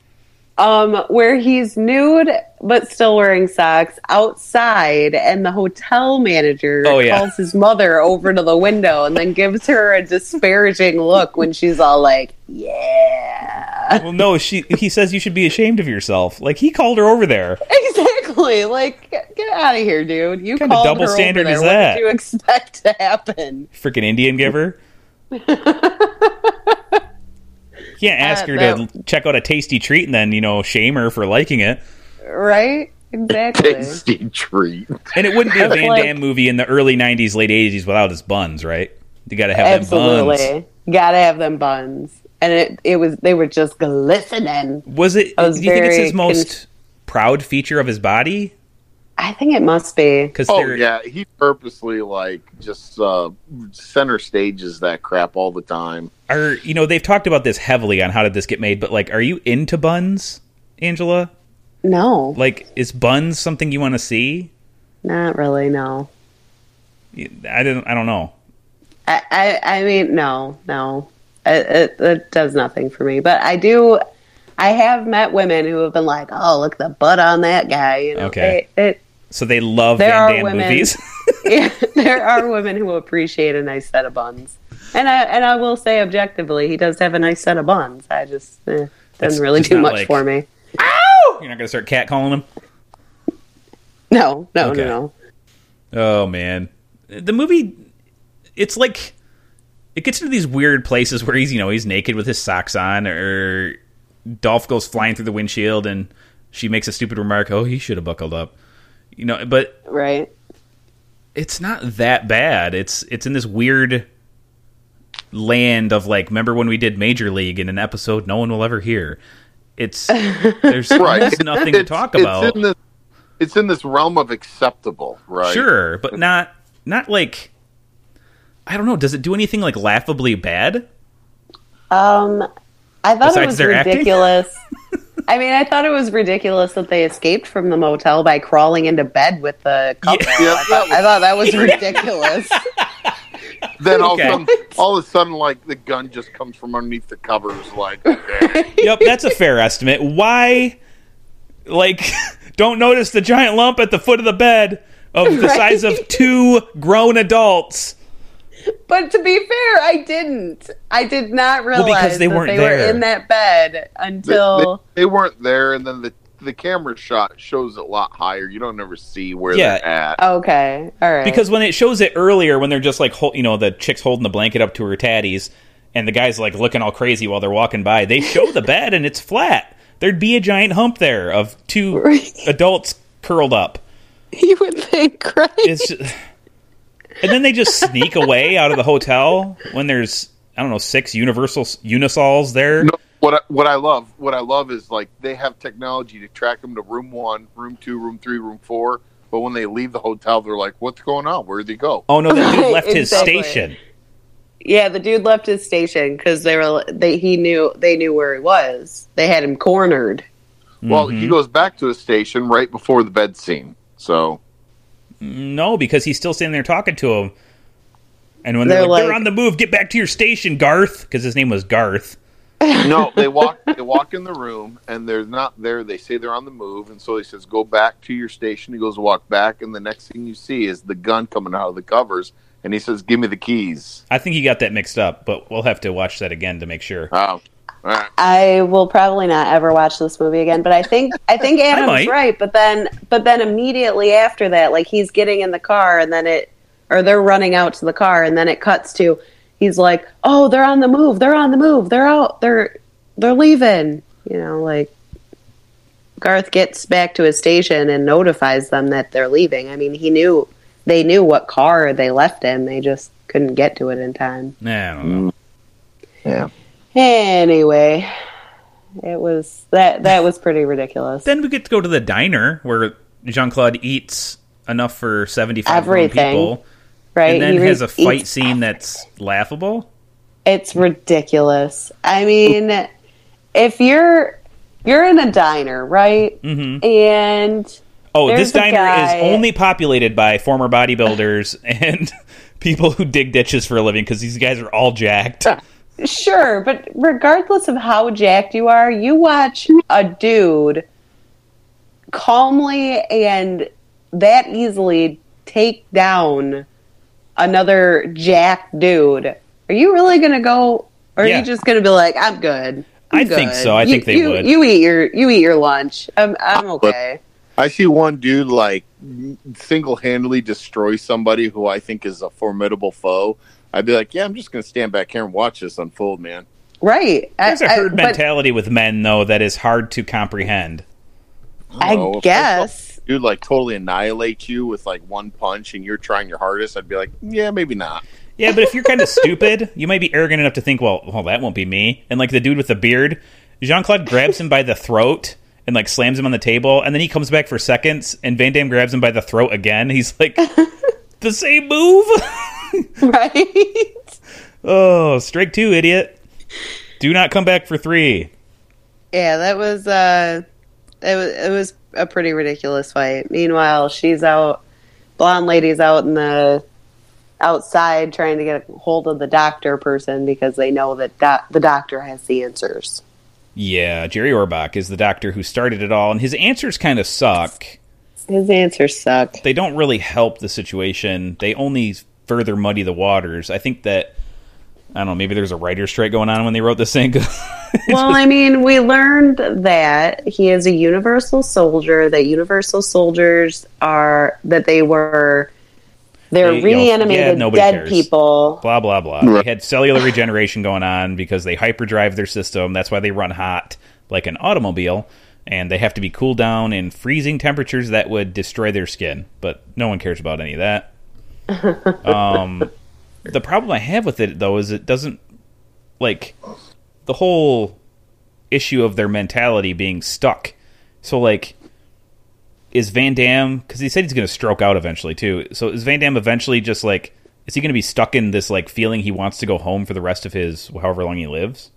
Speaker 5: um where he's nude but still wearing socks outside and the hotel manager
Speaker 2: Oh, yeah.
Speaker 5: calls his mother over to the window and then gives her a disparaging look when she's all like, Yeah.
Speaker 2: Well, no, she. He says you should be ashamed of yourself. Like he called her over there.
Speaker 5: Exactly. Like, get, get out of here, dude. You
Speaker 2: kind of
Speaker 5: called
Speaker 2: double
Speaker 5: her
Speaker 2: standard
Speaker 5: over there.
Speaker 2: is
Speaker 5: what
Speaker 2: that?
Speaker 5: did you expect to happen?
Speaker 2: Freaking Indian giver. Yeah, ask
Speaker 5: Uh,
Speaker 2: her to
Speaker 5: that-
Speaker 2: check out a tasty treat and then you know shame her for liking it.
Speaker 5: Right? Exactly.
Speaker 4: Tasty treat. Oh,
Speaker 2: And it wouldn't be a
Speaker 5: That's
Speaker 2: Van
Speaker 5: like-
Speaker 2: Damme movie in the early '90s, late '80s without his buns, right? You got to have them buns.
Speaker 5: Absolutely. Gotta have them buns. And it, it was they were just glistening.
Speaker 2: Was it?
Speaker 5: I was
Speaker 2: do you think it's
Speaker 5: very
Speaker 2: his most proud feature of his body?
Speaker 5: I think it must be.
Speaker 2: Because
Speaker 4: Oh yeah, he purposely like just uh, center stages that crap all the time.
Speaker 2: are you know they've talked about this heavily on how did this get made, but like, are you into buns, Angela?
Speaker 5: No.
Speaker 2: Like, is buns something you want to see?
Speaker 5: Not really, no.
Speaker 2: I don't. I don't know.
Speaker 5: I, I, I mean, no, no. It, it, it does nothing for me. But I do, I have met women who have been like, oh, look at the butt on that guy. You know,
Speaker 2: Okay.
Speaker 5: They- it,
Speaker 2: So they love
Speaker 5: There are
Speaker 2: Van Damme
Speaker 5: women-
Speaker 2: movies.
Speaker 5: yeah, there are women who appreciate a nice set of buns, and I and I will say objectively, he does have a nice set of buns. I just eh,
Speaker 2: It's
Speaker 5: doesn't really
Speaker 2: just
Speaker 5: do
Speaker 2: not
Speaker 5: much
Speaker 2: like-
Speaker 5: for me.
Speaker 2: You're not gonna start catcalling them.
Speaker 5: No, no,
Speaker 2: Okay.
Speaker 5: no, no.
Speaker 2: Oh man, the movie. It's like it gets into these weird places where he's you know he's naked with his socks on, or Dolph goes flying through the windshield, and she makes a stupid remark. Oh, he should have buckled up. You know, but
Speaker 5: Right?
Speaker 2: it's not that bad. It's it's in this weird land of like remember when we did Major League in an episode no one will ever hear. It's there's almost nothing to
Speaker 4: It's-
Speaker 2: talk
Speaker 4: it's
Speaker 2: about.
Speaker 4: in this- it's in this realm of acceptable, right?
Speaker 2: Sure, but not not like I don't know, does it do anything like laughably bad?
Speaker 5: Um, I thought
Speaker 2: Besides
Speaker 5: it
Speaker 2: their
Speaker 5: was
Speaker 2: acting?
Speaker 5: ridiculous. I mean, I thought it was ridiculous that they escaped from the motel by crawling into bed with the couple.
Speaker 4: Yeah, that was-
Speaker 5: I thought that was ridiculous.
Speaker 4: Then all,
Speaker 2: Okay.
Speaker 4: of a sudden, all of a sudden, like the gun just comes from underneath the covers. Like, okay.
Speaker 2: yep, that's a fair estimate. Why, like, don't notice the giant lump at the foot of the bed of the
Speaker 5: Right.
Speaker 2: size of two grown adults.
Speaker 5: But to be fair, I didn't. I did not realize
Speaker 2: because they
Speaker 5: that
Speaker 2: weren't
Speaker 5: they
Speaker 2: there.
Speaker 5: were in that bed
Speaker 4: they,
Speaker 5: until
Speaker 4: they- they weren't there, and then the the camera shot shows it a lot higher. You don't ever see where
Speaker 2: Yeah.
Speaker 4: they're at.
Speaker 5: okay. All right.
Speaker 2: Because when it shows it earlier, when they're just like, hol- you know, the chick's holding the blanket up to her tatties, and the guy's like looking all crazy while they're walking by, they show the bed and it's flat. There'd be a giant hump there of two adults curled up.
Speaker 5: you would think, right?
Speaker 2: It's just, and then they just sneak away out of the hotel when there's I don't know six universal unisols there.
Speaker 4: No, what I, what I love, what I love is like they have technology to track them to room one, room two, room three, room four. But when they leave the hotel, they're like, "What's going on? Where'd they go?"
Speaker 2: Oh no, that dude
Speaker 5: Right,
Speaker 2: left his
Speaker 5: exactly.
Speaker 2: station.
Speaker 5: yeah, the dude left his station because they were they he knew they knew where he was. They had him cornered.
Speaker 4: Well, he goes back to his station right before the bed scene. So
Speaker 2: No, because he's still standing there talking to him. And when they're,
Speaker 5: They're
Speaker 2: like, "They're
Speaker 5: like-
Speaker 2: on the move, get back to your station, Garth," because his name was Garth.
Speaker 4: no, they walk they walk in the room and they're not there. They say they're on the move, and so he says, "Go back to your station." He goes to walk back, and the next thing you see is the gun coming out of the covers, and he says, "Give me the keys."
Speaker 2: I think he got that mixed up, but we'll have to watch that again to make sure.
Speaker 4: Oh, all right.
Speaker 5: I will probably not ever watch this movie again, but I think I think Adam's
Speaker 2: might.
Speaker 5: right. But then but then immediately after that, like he's getting in the car and then it or they're running out to the car and then it cuts to he's like, "Oh, they're on the move. They're on the move. They're out. They're they're leaving." You know, like Garth gets back to his station and notifies them that they're leaving. I mean, he knew they knew what car they left in. They just couldn't get to it in time.
Speaker 2: Nah, I don't know.
Speaker 5: Anyway, it was that that was pretty ridiculous.
Speaker 2: Then we get to go to the diner where Jean Claude eats enough for seventy-five grown
Speaker 5: Everything.
Speaker 2: people,
Speaker 5: right?
Speaker 2: and then
Speaker 5: He re-
Speaker 2: has a fight
Speaker 5: eats-
Speaker 2: scene that's laughable.
Speaker 5: It's ridiculous. I mean, if you're you're in a diner, right? Mm-hmm. And
Speaker 2: Oh,
Speaker 5: There's
Speaker 2: this
Speaker 5: the
Speaker 2: diner
Speaker 5: guy-
Speaker 2: is only populated by former bodybuilders and people who dig ditches for a living because these guys are all jacked.
Speaker 5: sure, but regardless of how jacked you are, you watch a dude calmly and that easily take down another jacked dude. Are you really going to go? Or are
Speaker 2: Yeah.
Speaker 5: you just going to be like, "I'm good"? I'm
Speaker 2: I think
Speaker 5: good.
Speaker 2: so. I
Speaker 5: You-
Speaker 2: think they
Speaker 5: you-
Speaker 2: would.
Speaker 5: You eat your you eat your lunch. I'm I'm okay.
Speaker 4: I see one dude like single handedly destroy somebody who I think is a formidable foe. I'd be like, yeah, I'm just going to stand back here and watch this unfold, man.
Speaker 5: Right. I-
Speaker 2: There's a
Speaker 5: I-
Speaker 2: herd
Speaker 5: but
Speaker 2: mentality with men, though, that is hard to comprehend.
Speaker 5: I
Speaker 4: know.
Speaker 5: guess.
Speaker 4: Dude, like totally annihilate you with like one punch, and you're trying your hardest. I'd be like, yeah, maybe not.
Speaker 2: Yeah, but if you're kind of stupid, you might be arrogant enough to think, well, well, that won't be me. And like the dude with the beard, Jean Claude grabs him by the throat and like slams him on the table, and then he comes back for seconds, and Van Damme grabs him by the throat again. He's like, the same move.
Speaker 5: Right.
Speaker 2: oh, strike two, idiot. Do not come back for three.
Speaker 5: Yeah, that was uh it was it was a pretty ridiculous fight. Meanwhile, she's out blonde lady's out in the outside trying to get a hold of the doctor person because they know that doc- the doctor has the answers.
Speaker 2: Yeah, Jerry Orbach is the doctor who started it all, and his answers kind of suck.
Speaker 5: His answers suck.
Speaker 2: They don't really help the situation. They only further muddy the waters. I think that I don't know. Maybe there's a writer's strike going on when they wrote this thing.
Speaker 5: well, I mean, we learned that he is a universal soldier. That universal soldiers are that they were they're
Speaker 2: They- yeah,
Speaker 5: reanimated
Speaker 2: nobody
Speaker 5: dead
Speaker 2: cares.
Speaker 5: people.
Speaker 2: blah blah blah. They had cellular regeneration going on because they hyperdrive their system. That's why they run hot like an automobile, and they have to be cooled down in freezing temperatures that would destroy their skin. But no one cares about any of that. um, the problem I have with it though is it doesn't like the whole issue of their mentality being stuck. So like is Van Damme because he said he's going to stroke out eventually too. So is Van Damme eventually just like is he going to be stuck in this like feeling he wants to go home for the rest of his however long he lives?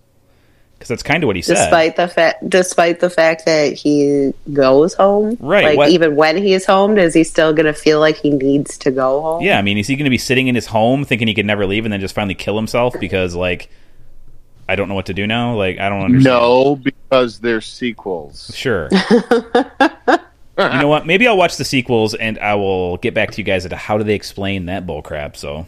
Speaker 2: because that's kind of what he said.
Speaker 5: despite the fact despite the fact that he goes home
Speaker 2: Right,
Speaker 5: like
Speaker 2: what-
Speaker 5: even when he's home is he still gonna feel like he needs to go home
Speaker 2: yeah, I mean, is he going to be sitting in his home thinking he could never leave and then just finally kill himself because like I don't know what to do now? Like I don't understand.
Speaker 4: No, because they're sequels.
Speaker 2: Sure. you know what? Maybe I'll watch the sequels and I will get back to you guys at how do they explain that bullcrap. So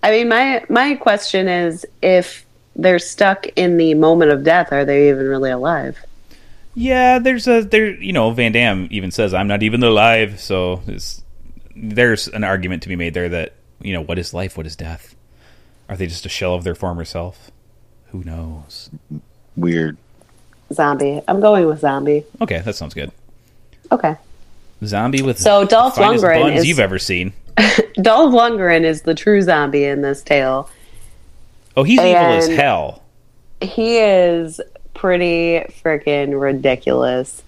Speaker 5: i mean my my question is if they're stuck in the moment of death are they even really alive
Speaker 2: yeah, there's a there. You know, Van Damme even says I'm not even alive. So it's, there's an argument to be made there that you know what is life, what is death? Are they just a shell of their former self? Who knows?
Speaker 4: Weird.
Speaker 5: zombie i'm going with zombie
Speaker 2: Okay, that sounds good.
Speaker 5: okay
Speaker 2: Zombie with
Speaker 5: So Dolph
Speaker 2: the finest
Speaker 5: Lundgren
Speaker 2: buns
Speaker 5: is-
Speaker 2: you've ever seen.
Speaker 5: dolph lundgren is the true zombie in this tale
Speaker 2: Oh, he's evil as
Speaker 5: And-
Speaker 2: hell.
Speaker 5: he is pretty freaking ridiculous.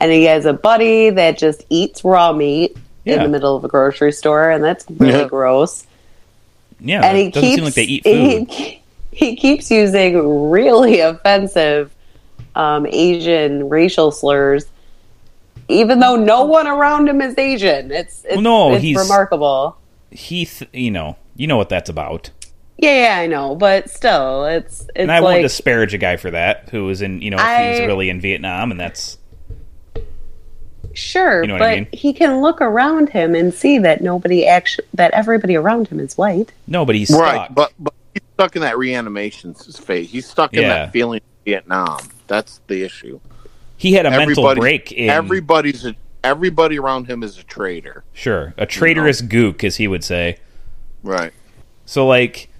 Speaker 5: And he has a buddy that just eats raw meat in
Speaker 2: Yeah.
Speaker 5: the middle of a grocery store, and that's really
Speaker 4: Yeah.
Speaker 5: gross.
Speaker 2: Yeah,
Speaker 5: And
Speaker 2: it Uh,
Speaker 5: he
Speaker 2: doesn't
Speaker 5: keeps
Speaker 2: seem like they eat food.
Speaker 5: He, he keeps using really offensive um, Asian racial slurs, even though no one around him is Asian. It's it's,
Speaker 2: Well, no,
Speaker 5: it's
Speaker 2: he's-
Speaker 5: remarkable.
Speaker 2: He, th- you know, you know what that's about.
Speaker 5: Yeah, yeah, I know, but still, it's it's
Speaker 2: and I
Speaker 5: like
Speaker 2: won't disparage a guy for that who was in, you know, if he's
Speaker 5: I-
Speaker 2: really in Vietnam, and that's
Speaker 5: Sure,
Speaker 2: You know what
Speaker 5: but
Speaker 2: I mean?
Speaker 5: he can look around him and see that nobody actually that everybody around him is white.
Speaker 2: no, but he's
Speaker 4: Right,
Speaker 2: stuck.
Speaker 4: but but he's stuck in that reanimation phase. He's stuck in
Speaker 2: Yeah.
Speaker 4: that feeling of Vietnam. That's the issue.
Speaker 2: he had a mental
Speaker 4: Everybody-
Speaker 2: break. In,
Speaker 4: Everybody's a, everybody around him is a traitor.
Speaker 2: sure, a traitorous gook, as he would say.
Speaker 4: Right.
Speaker 2: So like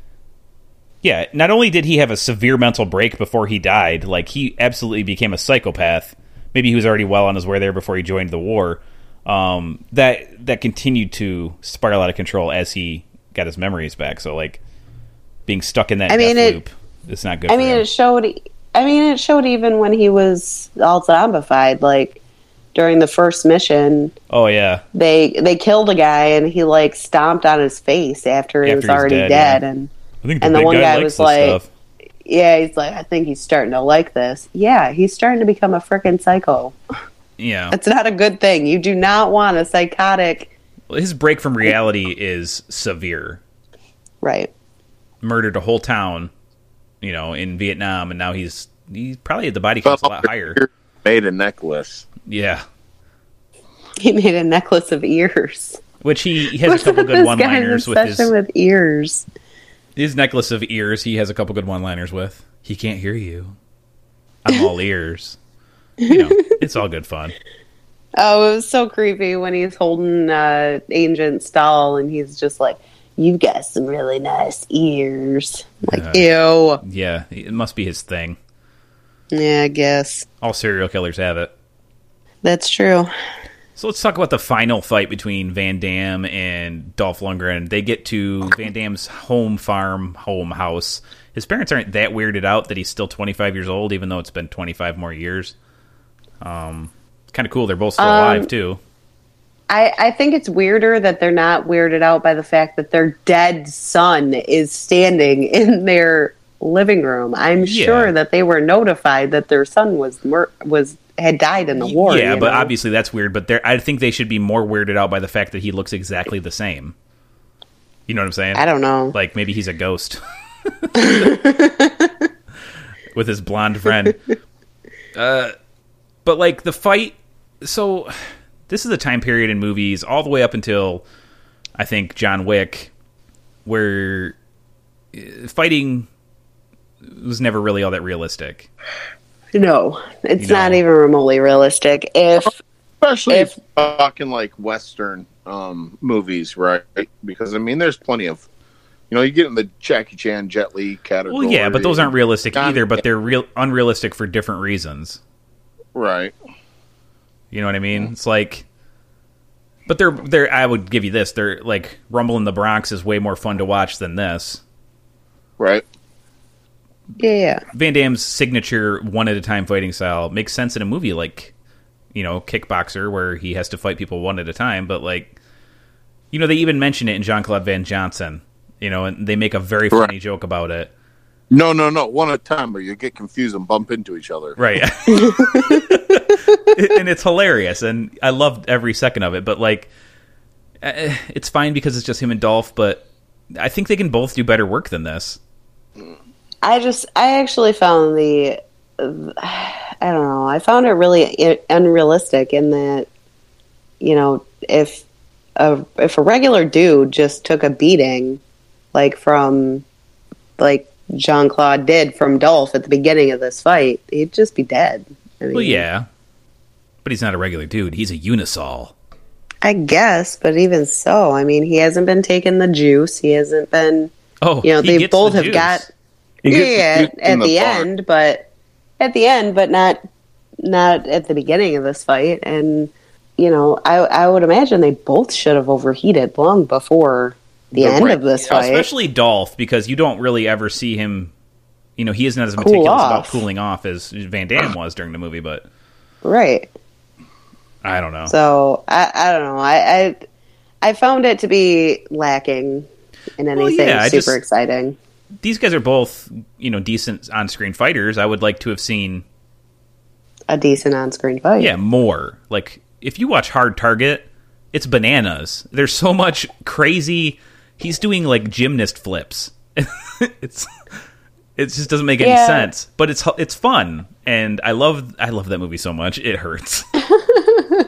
Speaker 2: yeah, not only did he have a severe mental break before he died, like he absolutely became a psychopath. Maybe he was already well on his way there before he joined the war. Um, that that continued to spiral out of control as he got his memories back. So like being stuck in that
Speaker 5: I mean,
Speaker 2: death
Speaker 5: it-
Speaker 2: loop, it's not good.
Speaker 5: I
Speaker 2: for
Speaker 5: mean,
Speaker 2: him.
Speaker 5: it showed. I mean, it showed even when he was all zombified. Like during the first mission,
Speaker 2: oh yeah,
Speaker 5: they they killed a guy and he like stomped on his face after he
Speaker 2: After
Speaker 5: was
Speaker 2: he was
Speaker 5: already
Speaker 2: dead,
Speaker 5: dead.
Speaker 2: yeah.
Speaker 5: And
Speaker 2: I think the
Speaker 5: and the
Speaker 2: big
Speaker 5: one
Speaker 2: guy,
Speaker 5: guy
Speaker 2: likes
Speaker 5: was
Speaker 2: this
Speaker 5: like-
Speaker 2: stuff.
Speaker 5: yeah, he's like, I think he's starting to like this. Yeah, he's starting to become a freaking psycho.
Speaker 2: Yeah,
Speaker 5: That's not a good thing. You do not want a psychotic.
Speaker 2: his break from reality is severe.
Speaker 5: Right.
Speaker 2: Murdered a whole town, you know, in Vietnam, and now he's he's probably the body
Speaker 4: But
Speaker 2: count's a lot higher.
Speaker 4: Made a necklace.
Speaker 2: Yeah.
Speaker 5: He made a necklace of ears.
Speaker 2: Which he, he has a
Speaker 5: What's
Speaker 2: couple
Speaker 5: up
Speaker 2: good
Speaker 5: with
Speaker 2: one
Speaker 5: this guy's
Speaker 2: liners with his
Speaker 5: obsession with ears.
Speaker 2: his necklace of ears. He has a couple good one liners with. He can't hear you. I'm all ears. You know, it's all good fun.
Speaker 5: Oh, it was so creepy when he's holding uh, Agent Stahl and he's just like, "You got some really nice ears." I'm Like, ew.
Speaker 2: Yeah, it must be his thing.
Speaker 5: Yeah, I guess
Speaker 2: All serial killers have it.
Speaker 5: that's true.
Speaker 2: So let's talk about the final fight between Van Dam and Dolph Lundgren. They get to Van Dam's home farm, home house. His parents aren't that weirded out that he's still 25 years old, even though it's been 25 more years. Um, kind of cool. They're both still alive too.
Speaker 5: I, I think it's weirder that they're not weirded out by the fact that their dead son is standing in their living room. I'm
Speaker 2: Yeah.
Speaker 5: sure that they were notified that their son was mur- was had died in the war.
Speaker 2: Yeah,
Speaker 5: you
Speaker 2: but
Speaker 5: know?
Speaker 2: obviously that's weird. But there, I think they should be more weirded out by the fact that he looks exactly the same. You know what I'm saying?
Speaker 5: I don't know.
Speaker 2: Like maybe he's a ghost with his blonde friend. Uh, but like the fight. So this is a time period in movies all the way up until I think John Wick, where uh, fighting was never really all that realistic.
Speaker 5: No, it's
Speaker 2: You know.
Speaker 5: not even remotely realistic. If
Speaker 4: Especially
Speaker 5: If-
Speaker 4: if talking like Western um, movies, right? Because I mean, there's plenty of, you know, you get in the Jackie Chan, Jet Li category.
Speaker 2: Well, yeah, but those aren't realistic
Speaker 4: Johnny-
Speaker 2: either. But they're real unrealistic for different reasons.
Speaker 4: right.
Speaker 2: You know what I mean? It's like, but they're they're. I would give you this. They're like Rumble in the Bronx is way more fun to watch than this.
Speaker 4: Right.
Speaker 5: yeah,
Speaker 2: Van Damme's signature one at a time fighting style makes sense in a movie like, you know, Kickboxer, where he has to fight people one at a time. But like, you know, they even mention it in Jean Claude Van Johnson. You know, and they make a very funny joke about it.
Speaker 4: No, no, no. One at a time, or you get confused and bump into each other.
Speaker 2: Right. and it's hilarious, and I loved every second of it. But like, eh, it's fine because it's just him and Dolph. But I think they can both do better work than this.
Speaker 5: I just, I actually found the, I don't know, I found it really i- unrealistic in that, you know, if a if a regular dude just took a beating, like from, like Jean Claude did from Dolph at the beginning of this fight, he'd just be dead. I mean,
Speaker 2: Well, yeah, but he's not a regular dude. He's a unisol.
Speaker 5: I guess, but even so, I mean, he hasn't been taking the juice. He hasn't been,
Speaker 2: Oh,
Speaker 5: you know,
Speaker 2: he
Speaker 5: they
Speaker 2: gets
Speaker 5: both
Speaker 2: the
Speaker 5: have
Speaker 2: juice.
Speaker 5: got
Speaker 4: You get
Speaker 5: yeah,
Speaker 4: confused
Speaker 5: at
Speaker 4: in
Speaker 5: the,
Speaker 4: bar.
Speaker 5: end, but at the end, but not not at the beginning of this fight. And you know, I I would imagine they both should have overheated long before the
Speaker 4: The
Speaker 5: end
Speaker 4: break-
Speaker 5: of this
Speaker 2: Yeah,
Speaker 5: fight.
Speaker 2: especially Dolph, because you don't really ever see him. You know, he is not as
Speaker 5: Cool
Speaker 2: meticulous about
Speaker 5: off.
Speaker 2: cooling off as Van Damme was during the movie, but
Speaker 5: right.
Speaker 2: I don't know.
Speaker 5: So I I don't know. I I, I found it to be lacking in
Speaker 2: Well,
Speaker 5: anything
Speaker 2: yeah, I
Speaker 5: super
Speaker 2: just-
Speaker 5: exciting.
Speaker 2: These guys are both, you know, decent on-screen fighters. I would like to have seen,
Speaker 5: A decent on screen fight.
Speaker 2: yeah, more. Like if you watch Hard Target, it's bananas. There's so much crazy. He's doing like gymnast flips. it's it just doesn't make any
Speaker 5: Yeah.
Speaker 2: sense, but it's it's fun, and I love I love that movie so much. It hurts.
Speaker 5: I,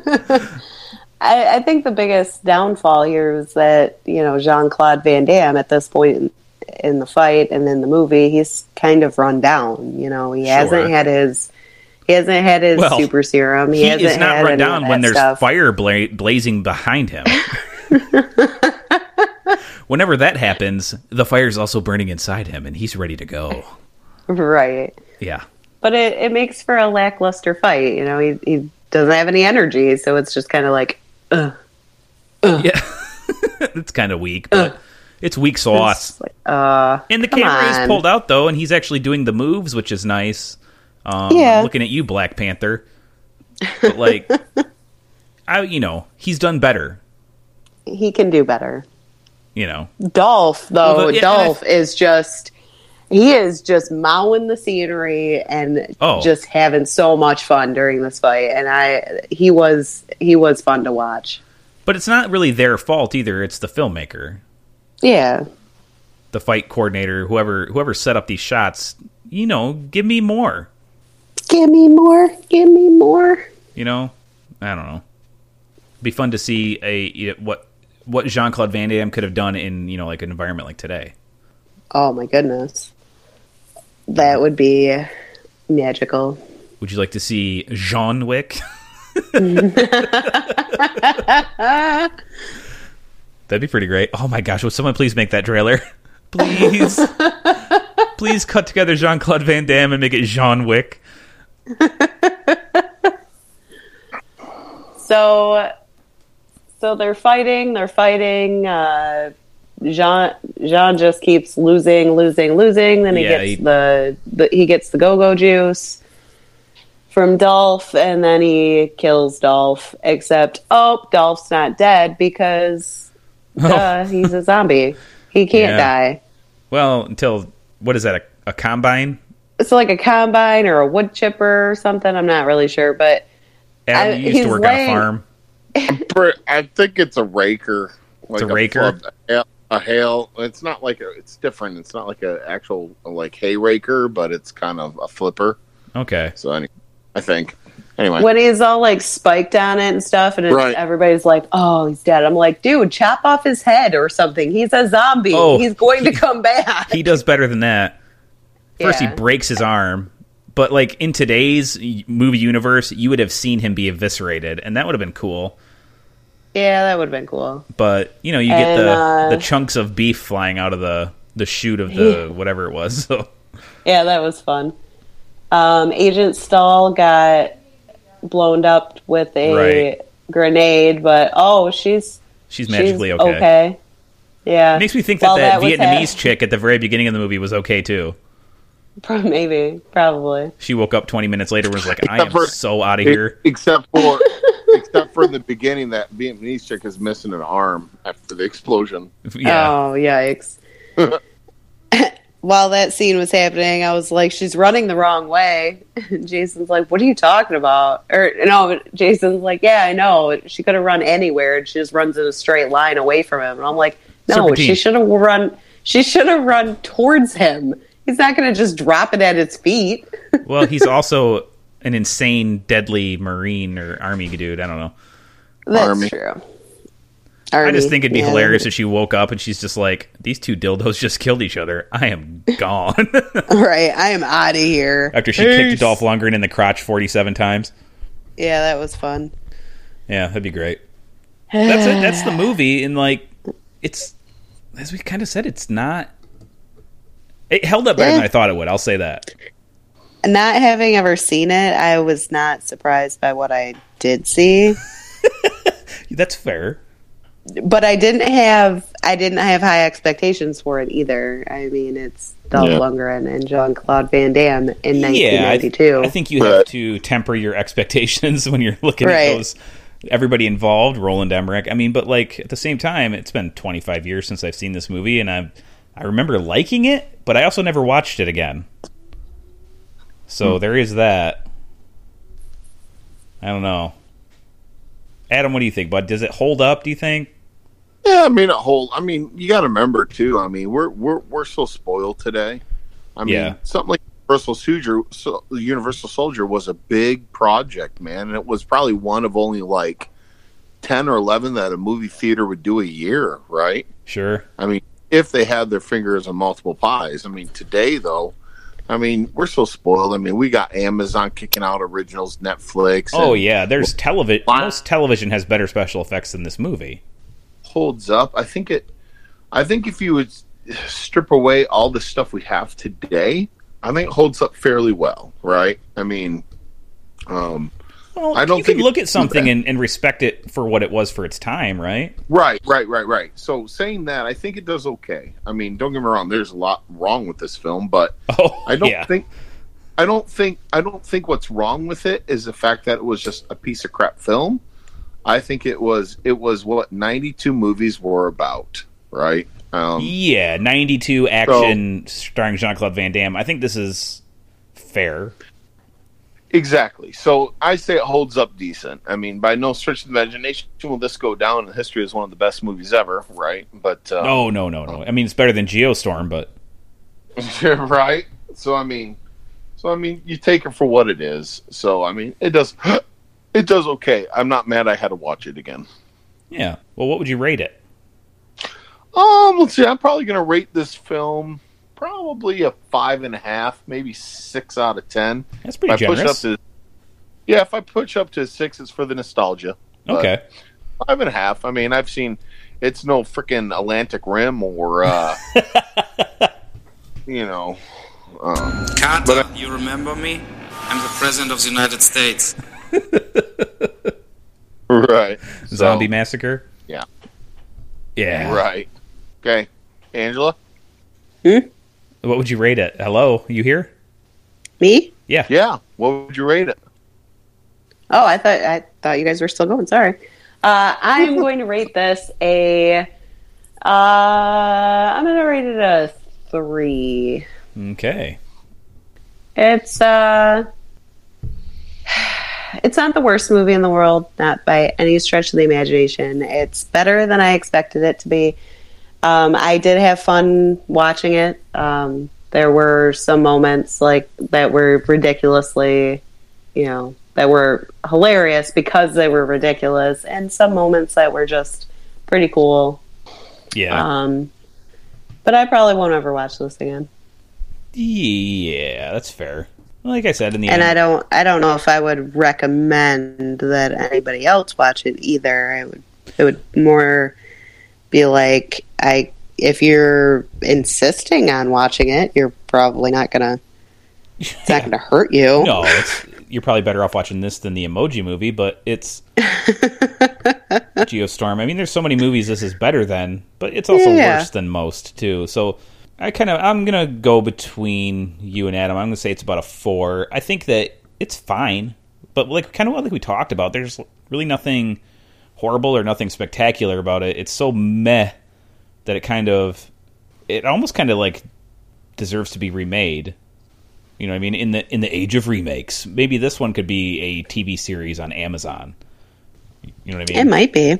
Speaker 5: I think the biggest downfall here was that you know Jean Claude Van Damme at this point in, in the fight and in the movie he's kind of run down. You know he
Speaker 2: Sure.
Speaker 5: hasn't had his he hasn't had his
Speaker 2: Well,
Speaker 5: super serum. He,
Speaker 2: he
Speaker 5: hasn't
Speaker 2: is not
Speaker 5: had
Speaker 2: run
Speaker 5: any of
Speaker 2: down
Speaker 5: that
Speaker 2: when there's
Speaker 5: stuff.
Speaker 2: fire bla- blazing behind him. Whenever that happens, the fire's also burning inside him, and he's ready to go.
Speaker 5: right.
Speaker 2: Yeah,
Speaker 5: But it, it makes for a lackluster fight. You know he he doesn't have any energy, so it's just kind of like ugh.
Speaker 2: yeah, it's kind of weak, but it's weak sauce.
Speaker 5: It's like, uh,
Speaker 2: And the
Speaker 5: come
Speaker 2: camera is
Speaker 5: on.
Speaker 2: pulled out though, and he's actually doing the moves, which is nice. Um,
Speaker 5: Yeah.
Speaker 2: looking at you, Black Panther. But like, I you know he's done better.
Speaker 5: He can do better.
Speaker 2: You know,
Speaker 5: Dolph though,
Speaker 2: Well, the- yeah, and I-
Speaker 5: Dolph is just he is just mowing the scenery and
Speaker 2: Oh.
Speaker 5: just having so much fun during this fight. And I he was he was fun to watch.
Speaker 2: but it's not really their fault either. It's the filmmaker.
Speaker 5: Yeah.
Speaker 2: the fight coordinator, whoever whoever set up these shots, you know, give me more.
Speaker 5: Give me more. Give me more.
Speaker 2: You know, I don't know. Be fun to see a you know, what what Jean Claude Van Damme could have done in you know like an environment like today.
Speaker 5: Oh my goodness. That would be magical.
Speaker 2: Would you like to see Jean Wick? That'd be pretty great. Oh my gosh, would someone please make that trailer? Please. please cut together Jean Claude Van Damme and make it Jean Wick.
Speaker 5: So so they're fighting, they're fighting, uh Jean Jean just keeps losing, losing, losing. Then he
Speaker 2: Yeah,
Speaker 5: gets
Speaker 2: he-
Speaker 5: the, the he gets the go go juice from Dolph, and then he kills Dolph. Except, oh, Dolph's not dead because duh, he's a zombie. He can't
Speaker 2: Oh. Yeah.
Speaker 5: die.
Speaker 2: Well, until what is that, a, a combine?
Speaker 5: It's like a combine or a wood chipper or something. I'm not really sure, but
Speaker 2: Adam,
Speaker 5: I-
Speaker 2: you used
Speaker 5: he's
Speaker 2: to work
Speaker 5: laying-
Speaker 2: on a farm.
Speaker 4: Br- I think it's a raker. Like
Speaker 2: a raker?
Speaker 4: club- a hail- a hail. It's not like a, it's different. It's not like an actual like hay raker, but it's kind of a flipper.
Speaker 2: Okay.
Speaker 4: So any, I think. Anyway,
Speaker 5: when he's all like spiked on it and stuff, and it's,
Speaker 4: Right.
Speaker 5: everybody's like, "Oh, he's dead." I'm like, "Dude, chop off his head or something. He's a zombie.
Speaker 2: Oh,
Speaker 5: he's going to come back."
Speaker 2: He does better than that. First,
Speaker 5: Yeah.
Speaker 2: he breaks his arm, but like in today's y- movie universe, you would have seen him be eviscerated, and that would have been cool.
Speaker 5: yeah, that would have been cool.
Speaker 2: But you know, you get
Speaker 5: And,
Speaker 2: the
Speaker 5: uh,
Speaker 2: the chunks of beef flying out of the the shoot of the whatever it was. So
Speaker 5: Yeah, that was fun. Um, Agent Stahl got blown up with a
Speaker 2: Right.
Speaker 5: grenade, but oh, she's
Speaker 2: she's
Speaker 5: she's
Speaker 2: magically okay.
Speaker 5: okay. Yeah,
Speaker 2: It makes me think that
Speaker 5: While
Speaker 2: that,
Speaker 5: was
Speaker 2: Vietnamese chick at the very beginning of the movie was okay too.
Speaker 5: hap- maybe, probably.
Speaker 2: She woke up 20 minutes later and was like, "I am
Speaker 4: Except for-
Speaker 2: so out of
Speaker 4: E-
Speaker 2: here."
Speaker 4: except for except for the beginning, that Vietnamese chick is missing an arm after the explosion.
Speaker 2: Yeah,
Speaker 5: Oh, yikes. Oh, while that scene was happening, I was like, she's running the wrong way. And Jason's like, what are you talking about? Or, no, Jason's like, yeah, I know. She could have run anywhere and she just runs in a straight line away from him. And I'm like, no,
Speaker 2: Serpentine.
Speaker 5: she should have run. She should have run towards him. He's not going to just drop it at his feet.
Speaker 2: Well, he's also an insane, deadly Marine or Army dude. I don't know.
Speaker 5: That's
Speaker 4: Army.
Speaker 5: true.
Speaker 2: I
Speaker 5: Army,
Speaker 2: just think it'd be
Speaker 5: yeah.
Speaker 2: hilarious if she woke up and she's just like, "These two dildos just killed each other. I am gone."
Speaker 5: Right. I am out of here.
Speaker 2: After she kicked Dolph Lundgren in the crotch forty-seven times.
Speaker 5: Yeah, that was fun.
Speaker 2: Yeah, that'd be great. That's it. That's the movie, and like, it's as we kind of said, it's not. It held up better than
Speaker 5: Yeah.
Speaker 2: I thought it would. I'll say that.
Speaker 5: Not having ever seen it, I was not surprised by what I did see.
Speaker 2: That's fair.
Speaker 5: But I didn't have I didn't have high expectations for it either. I mean, it's Dolph
Speaker 4: Yeah.
Speaker 5: Lundgren and Jean Claude Van Damme in
Speaker 2: Yeah, I,
Speaker 5: 1992.
Speaker 2: I think you have to temper your expectations when you're looking at
Speaker 5: Right.
Speaker 2: those. Everybody involved, Roland Emmerich. I mean, but like at the same time, it's been 25 years since I've seen this movie, and I I remember liking it, but I also never watched it again. So there is that. I don't know. Adam, what do you think, bud? Does it hold up? Do you think?
Speaker 4: Yeah, I mean a whole. I mean, you got to remember too. I mean, we're we're we're so spoiled today. I mean,
Speaker 2: Yeah.
Speaker 4: something like Universal Soldier, so, Universal Soldier was a big project, man, and it was probably one of only like ten or eleven that a movie theater would do a year, right?
Speaker 2: Sure.
Speaker 4: I mean, if they had their fingers on multiple pies. I mean, today though, I mean, we're so spoiled. I mean, we got Amazon kicking out originals, Netflix.
Speaker 2: Oh
Speaker 4: and
Speaker 2: yeah, there's television.
Speaker 4: Wow.
Speaker 2: Most television has better special effects than this movie.
Speaker 4: holds up. I think it. I think if you would strip away all the stuff we have today, I think it holds up fairly well, right? I mean, um,
Speaker 2: Well,
Speaker 4: I don't
Speaker 2: you
Speaker 4: think
Speaker 2: can look at
Speaker 4: it's too
Speaker 2: something
Speaker 4: bad.
Speaker 2: and, and respect it for what it was for its time, right?
Speaker 4: right, right, right, right. So saying that, I think it does okay. I mean, don't get me wrong. There's a lot wrong with this film, but
Speaker 2: Oh,
Speaker 4: I don't
Speaker 2: yeah.
Speaker 4: think I don't think I don't think what's wrong with it is the fact that it was just a piece of crap film. I think it was it was what 92 movies were about, right? Um
Speaker 2: yeah, 92 action starring Jean-Claude Van Damme. I think this is fair.
Speaker 4: exactly. So I say it holds up decent. I mean, by no stretch of the imagination will this go down in history as one of the best movies ever, right? But uh,
Speaker 2: Oh, no, no, no. I mean, it's better than Geostorm, but
Speaker 4: right? So I mean, so I mean, you take it for what it is. So I mean, it does it does okay. I'm not mad I had to watch it again.
Speaker 2: yeah. Well, what would you rate it?
Speaker 4: Um, let's see. I'm probably gonna rate this film probably a five and a half, maybe six out of ten.
Speaker 2: That's
Speaker 4: If
Speaker 2: pretty
Speaker 4: I push
Speaker 2: generous.
Speaker 4: up to yeah, if I push up to a six, it's for the nostalgia. But
Speaker 2: okay.
Speaker 4: five and a half. I mean, I've seen it's no freaking Atlantic Rim or uh, you know, um,
Speaker 7: Carter, you remember me? I'm the President of the United States.
Speaker 4: right,
Speaker 2: Zombie
Speaker 4: So,
Speaker 2: Massacre?
Speaker 4: Yeah.
Speaker 2: Yeah.
Speaker 4: right? Okay, Angela.
Speaker 2: What would you rate it? Hello, you here?
Speaker 5: Me?
Speaker 2: Yeah.
Speaker 4: Yeah, what would you rate it?
Speaker 5: Oh, I thought I thought you guys were still going. Sorry. Uh, I'm going to rate this a. Uh, I'm going to rate it a three.
Speaker 2: Okay.
Speaker 5: It's uh it's not the worst movie in the world, not by any stretch of the imagination. It's better than I expected it to be. Um, I did have fun watching it. Um, there were some moments like that were ridiculously, you know, that were hilarious because they were ridiculous, and some moments that were just pretty
Speaker 4: Uh.
Speaker 5: cool.
Speaker 2: Yeah.
Speaker 5: Um, but I probably won't ever watch this again.
Speaker 2: yeah, that's fair. Like I said in the
Speaker 5: and
Speaker 2: end,
Speaker 5: I don't I don't know if I would recommend that anybody else watch it either. I would it would more be like I if you're insisting on watching it, you're probably not gonna it's not gonna hurt you.
Speaker 2: no, it's, you're probably better off watching this than the Emoji Movie, but it's Geostorm. I mean, there's so many movies this is better than, but it's also
Speaker 5: Yeah.
Speaker 2: worse than most too. So I kind of I'm gonna go between you and Adam. I'm gonna say it's about a four. I think that it's fine, but like kind of like we talked about, there's really nothing horrible or nothing spectacular about it. It's so meh that it kind of it almost kind of like deserves to be remade. You know, what I mean, in the in the age of remakes, maybe this one could be a TV series on Amazon. You know what I mean?
Speaker 5: It might be.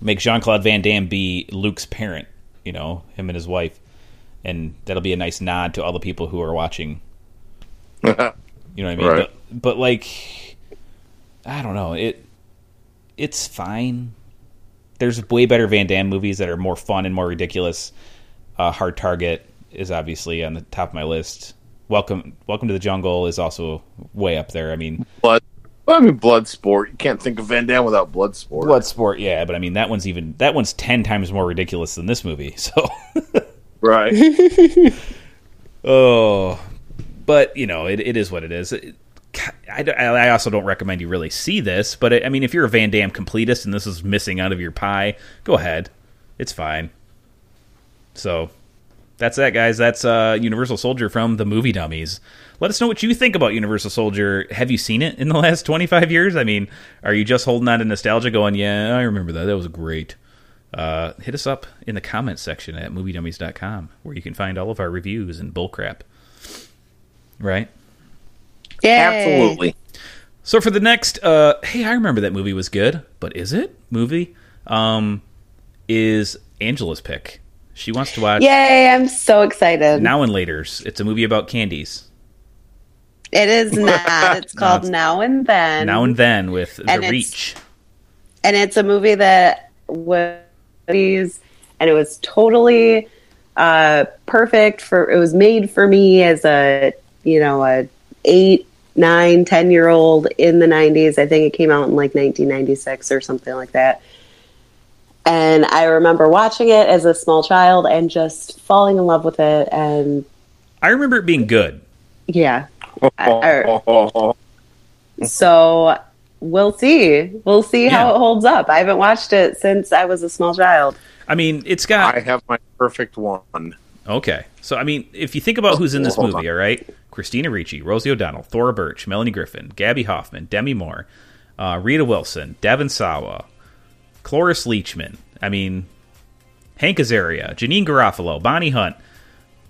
Speaker 2: Make Jean Claude Van Damme be Luke's parent. You know, him and his wife, and that'll be a nice nod to all the people who are watching. You know what I mean?
Speaker 4: Right.
Speaker 2: But, but like, I don't know. It it's fine. There's way better Van Damme movies that are more fun and more ridiculous. Uh, Hard Target is obviously on the top of my list. Welcome, Welcome to the Jungle is also way up there. I mean,
Speaker 4: Blood. Well, I mean, blood sport. You can't think of Van Damme without blood sport.
Speaker 2: Bloodsport, yeah, but I mean that one's even that one's ten times more ridiculous than this movie. So,
Speaker 4: Right.
Speaker 2: oh, but you know, it, it is what it is. It- I, I I also don't recommend you really see this, but I, I mean, if you're a Van Damme completist and this is missing out of your pie, go ahead, it's fine. So, that's that, guys. That's uh, Universal Soldier from the movie Dummies. Let us know what you think about Universal Soldier. Have you seen it in the last 25 years? I mean, are you just holding on to nostalgia going, yeah, I remember that. That was great. Uh, hit us up in the comments section at moviedummies.com where you can find all of our reviews and bullcrap. Right?
Speaker 5: Yay.
Speaker 4: Absolutely.
Speaker 2: So for the next, uh, hey, I remember that movie was good, but is it? Movie um, is Angela's pick. She wants to watch
Speaker 5: Yay, I'm so excited.
Speaker 2: Now and Later's. It's a movie about candies.
Speaker 5: It is not. It's called Now and Then.
Speaker 2: now and then with
Speaker 5: and
Speaker 2: the
Speaker 5: it's-
Speaker 2: reach
Speaker 5: and it's a movie that was and it was totally uh, perfect for it was made for me as a you know a eight nine ten year old in the 90s i think it came out in like 1996 or something like that and i remember watching it as a small child and just falling in love with it and
Speaker 2: i remember it being good
Speaker 5: yeah I- so we'll see we'll see how
Speaker 2: Yeah.
Speaker 5: it holds up i haven't watched it since i was a small child
Speaker 2: i mean it's got
Speaker 4: I have my perfect one.
Speaker 2: okay so i mean if you think about who's in this
Speaker 4: Hold on.
Speaker 2: movie all right christina ricci rosie o'donnell thora birch melanie griffin gabby hoffman demi moore uh, rita wilson devin sawa cloris leachman i mean hank azaria janine garofalo bonnie hunt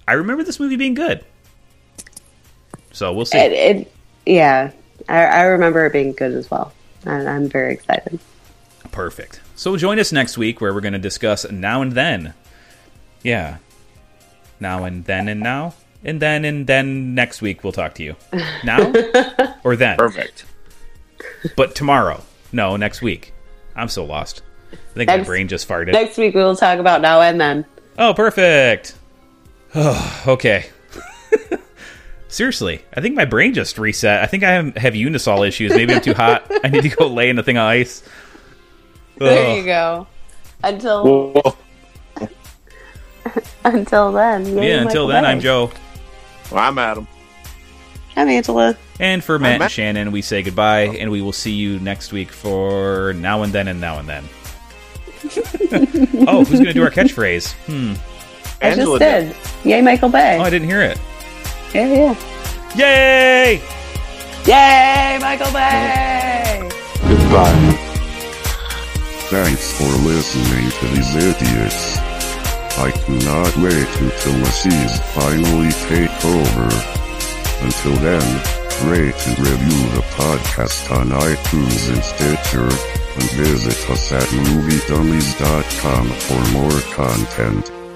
Speaker 2: i remember this movie being good so we'll see
Speaker 5: it, it yeah I, I remember it being good as well and i'm very excited
Speaker 2: Perfect. So join us next week where we're going to discuss now and then. Yeah. Now and then and now. And then and then next week we'll talk to you. Now or then.
Speaker 4: Perfect.
Speaker 2: But tomorrow. No, next week. I'm so lost. I think my
Speaker 5: Next-
Speaker 2: brain just farted.
Speaker 5: next week we will talk about now and then
Speaker 2: Oh, perfect. okay. Seriously, I think my brain just reset. I think I have, have Unisol issues. Maybe I'm too hot. I need to go lay in the thing on ice.
Speaker 5: there
Speaker 2: Ugh.
Speaker 5: you go until
Speaker 4: Well,
Speaker 5: until then yay,
Speaker 2: Yeah, until
Speaker 5: Michael
Speaker 2: then, I'm
Speaker 5: Bay.
Speaker 2: Joe.
Speaker 4: I'm Adam.
Speaker 5: i'm angela
Speaker 2: And for Matt and
Speaker 4: Matt.
Speaker 2: Shannon, we say goodbye, and we will see you next week for now and then and now and then. oh, who's going to do our catchphrase? Hmm.
Speaker 5: i just did yay michael bay
Speaker 2: Oh, I didn't hear it.
Speaker 5: yeah
Speaker 2: Yay!
Speaker 5: yeah yay michael bay
Speaker 1: Goodbye. Thanks for listening to these idiots. I cannot wait until the seas finally take over. Until then, rate and review the podcast on iTunes and Stitcher, and visit us at moviedummies.com for more content.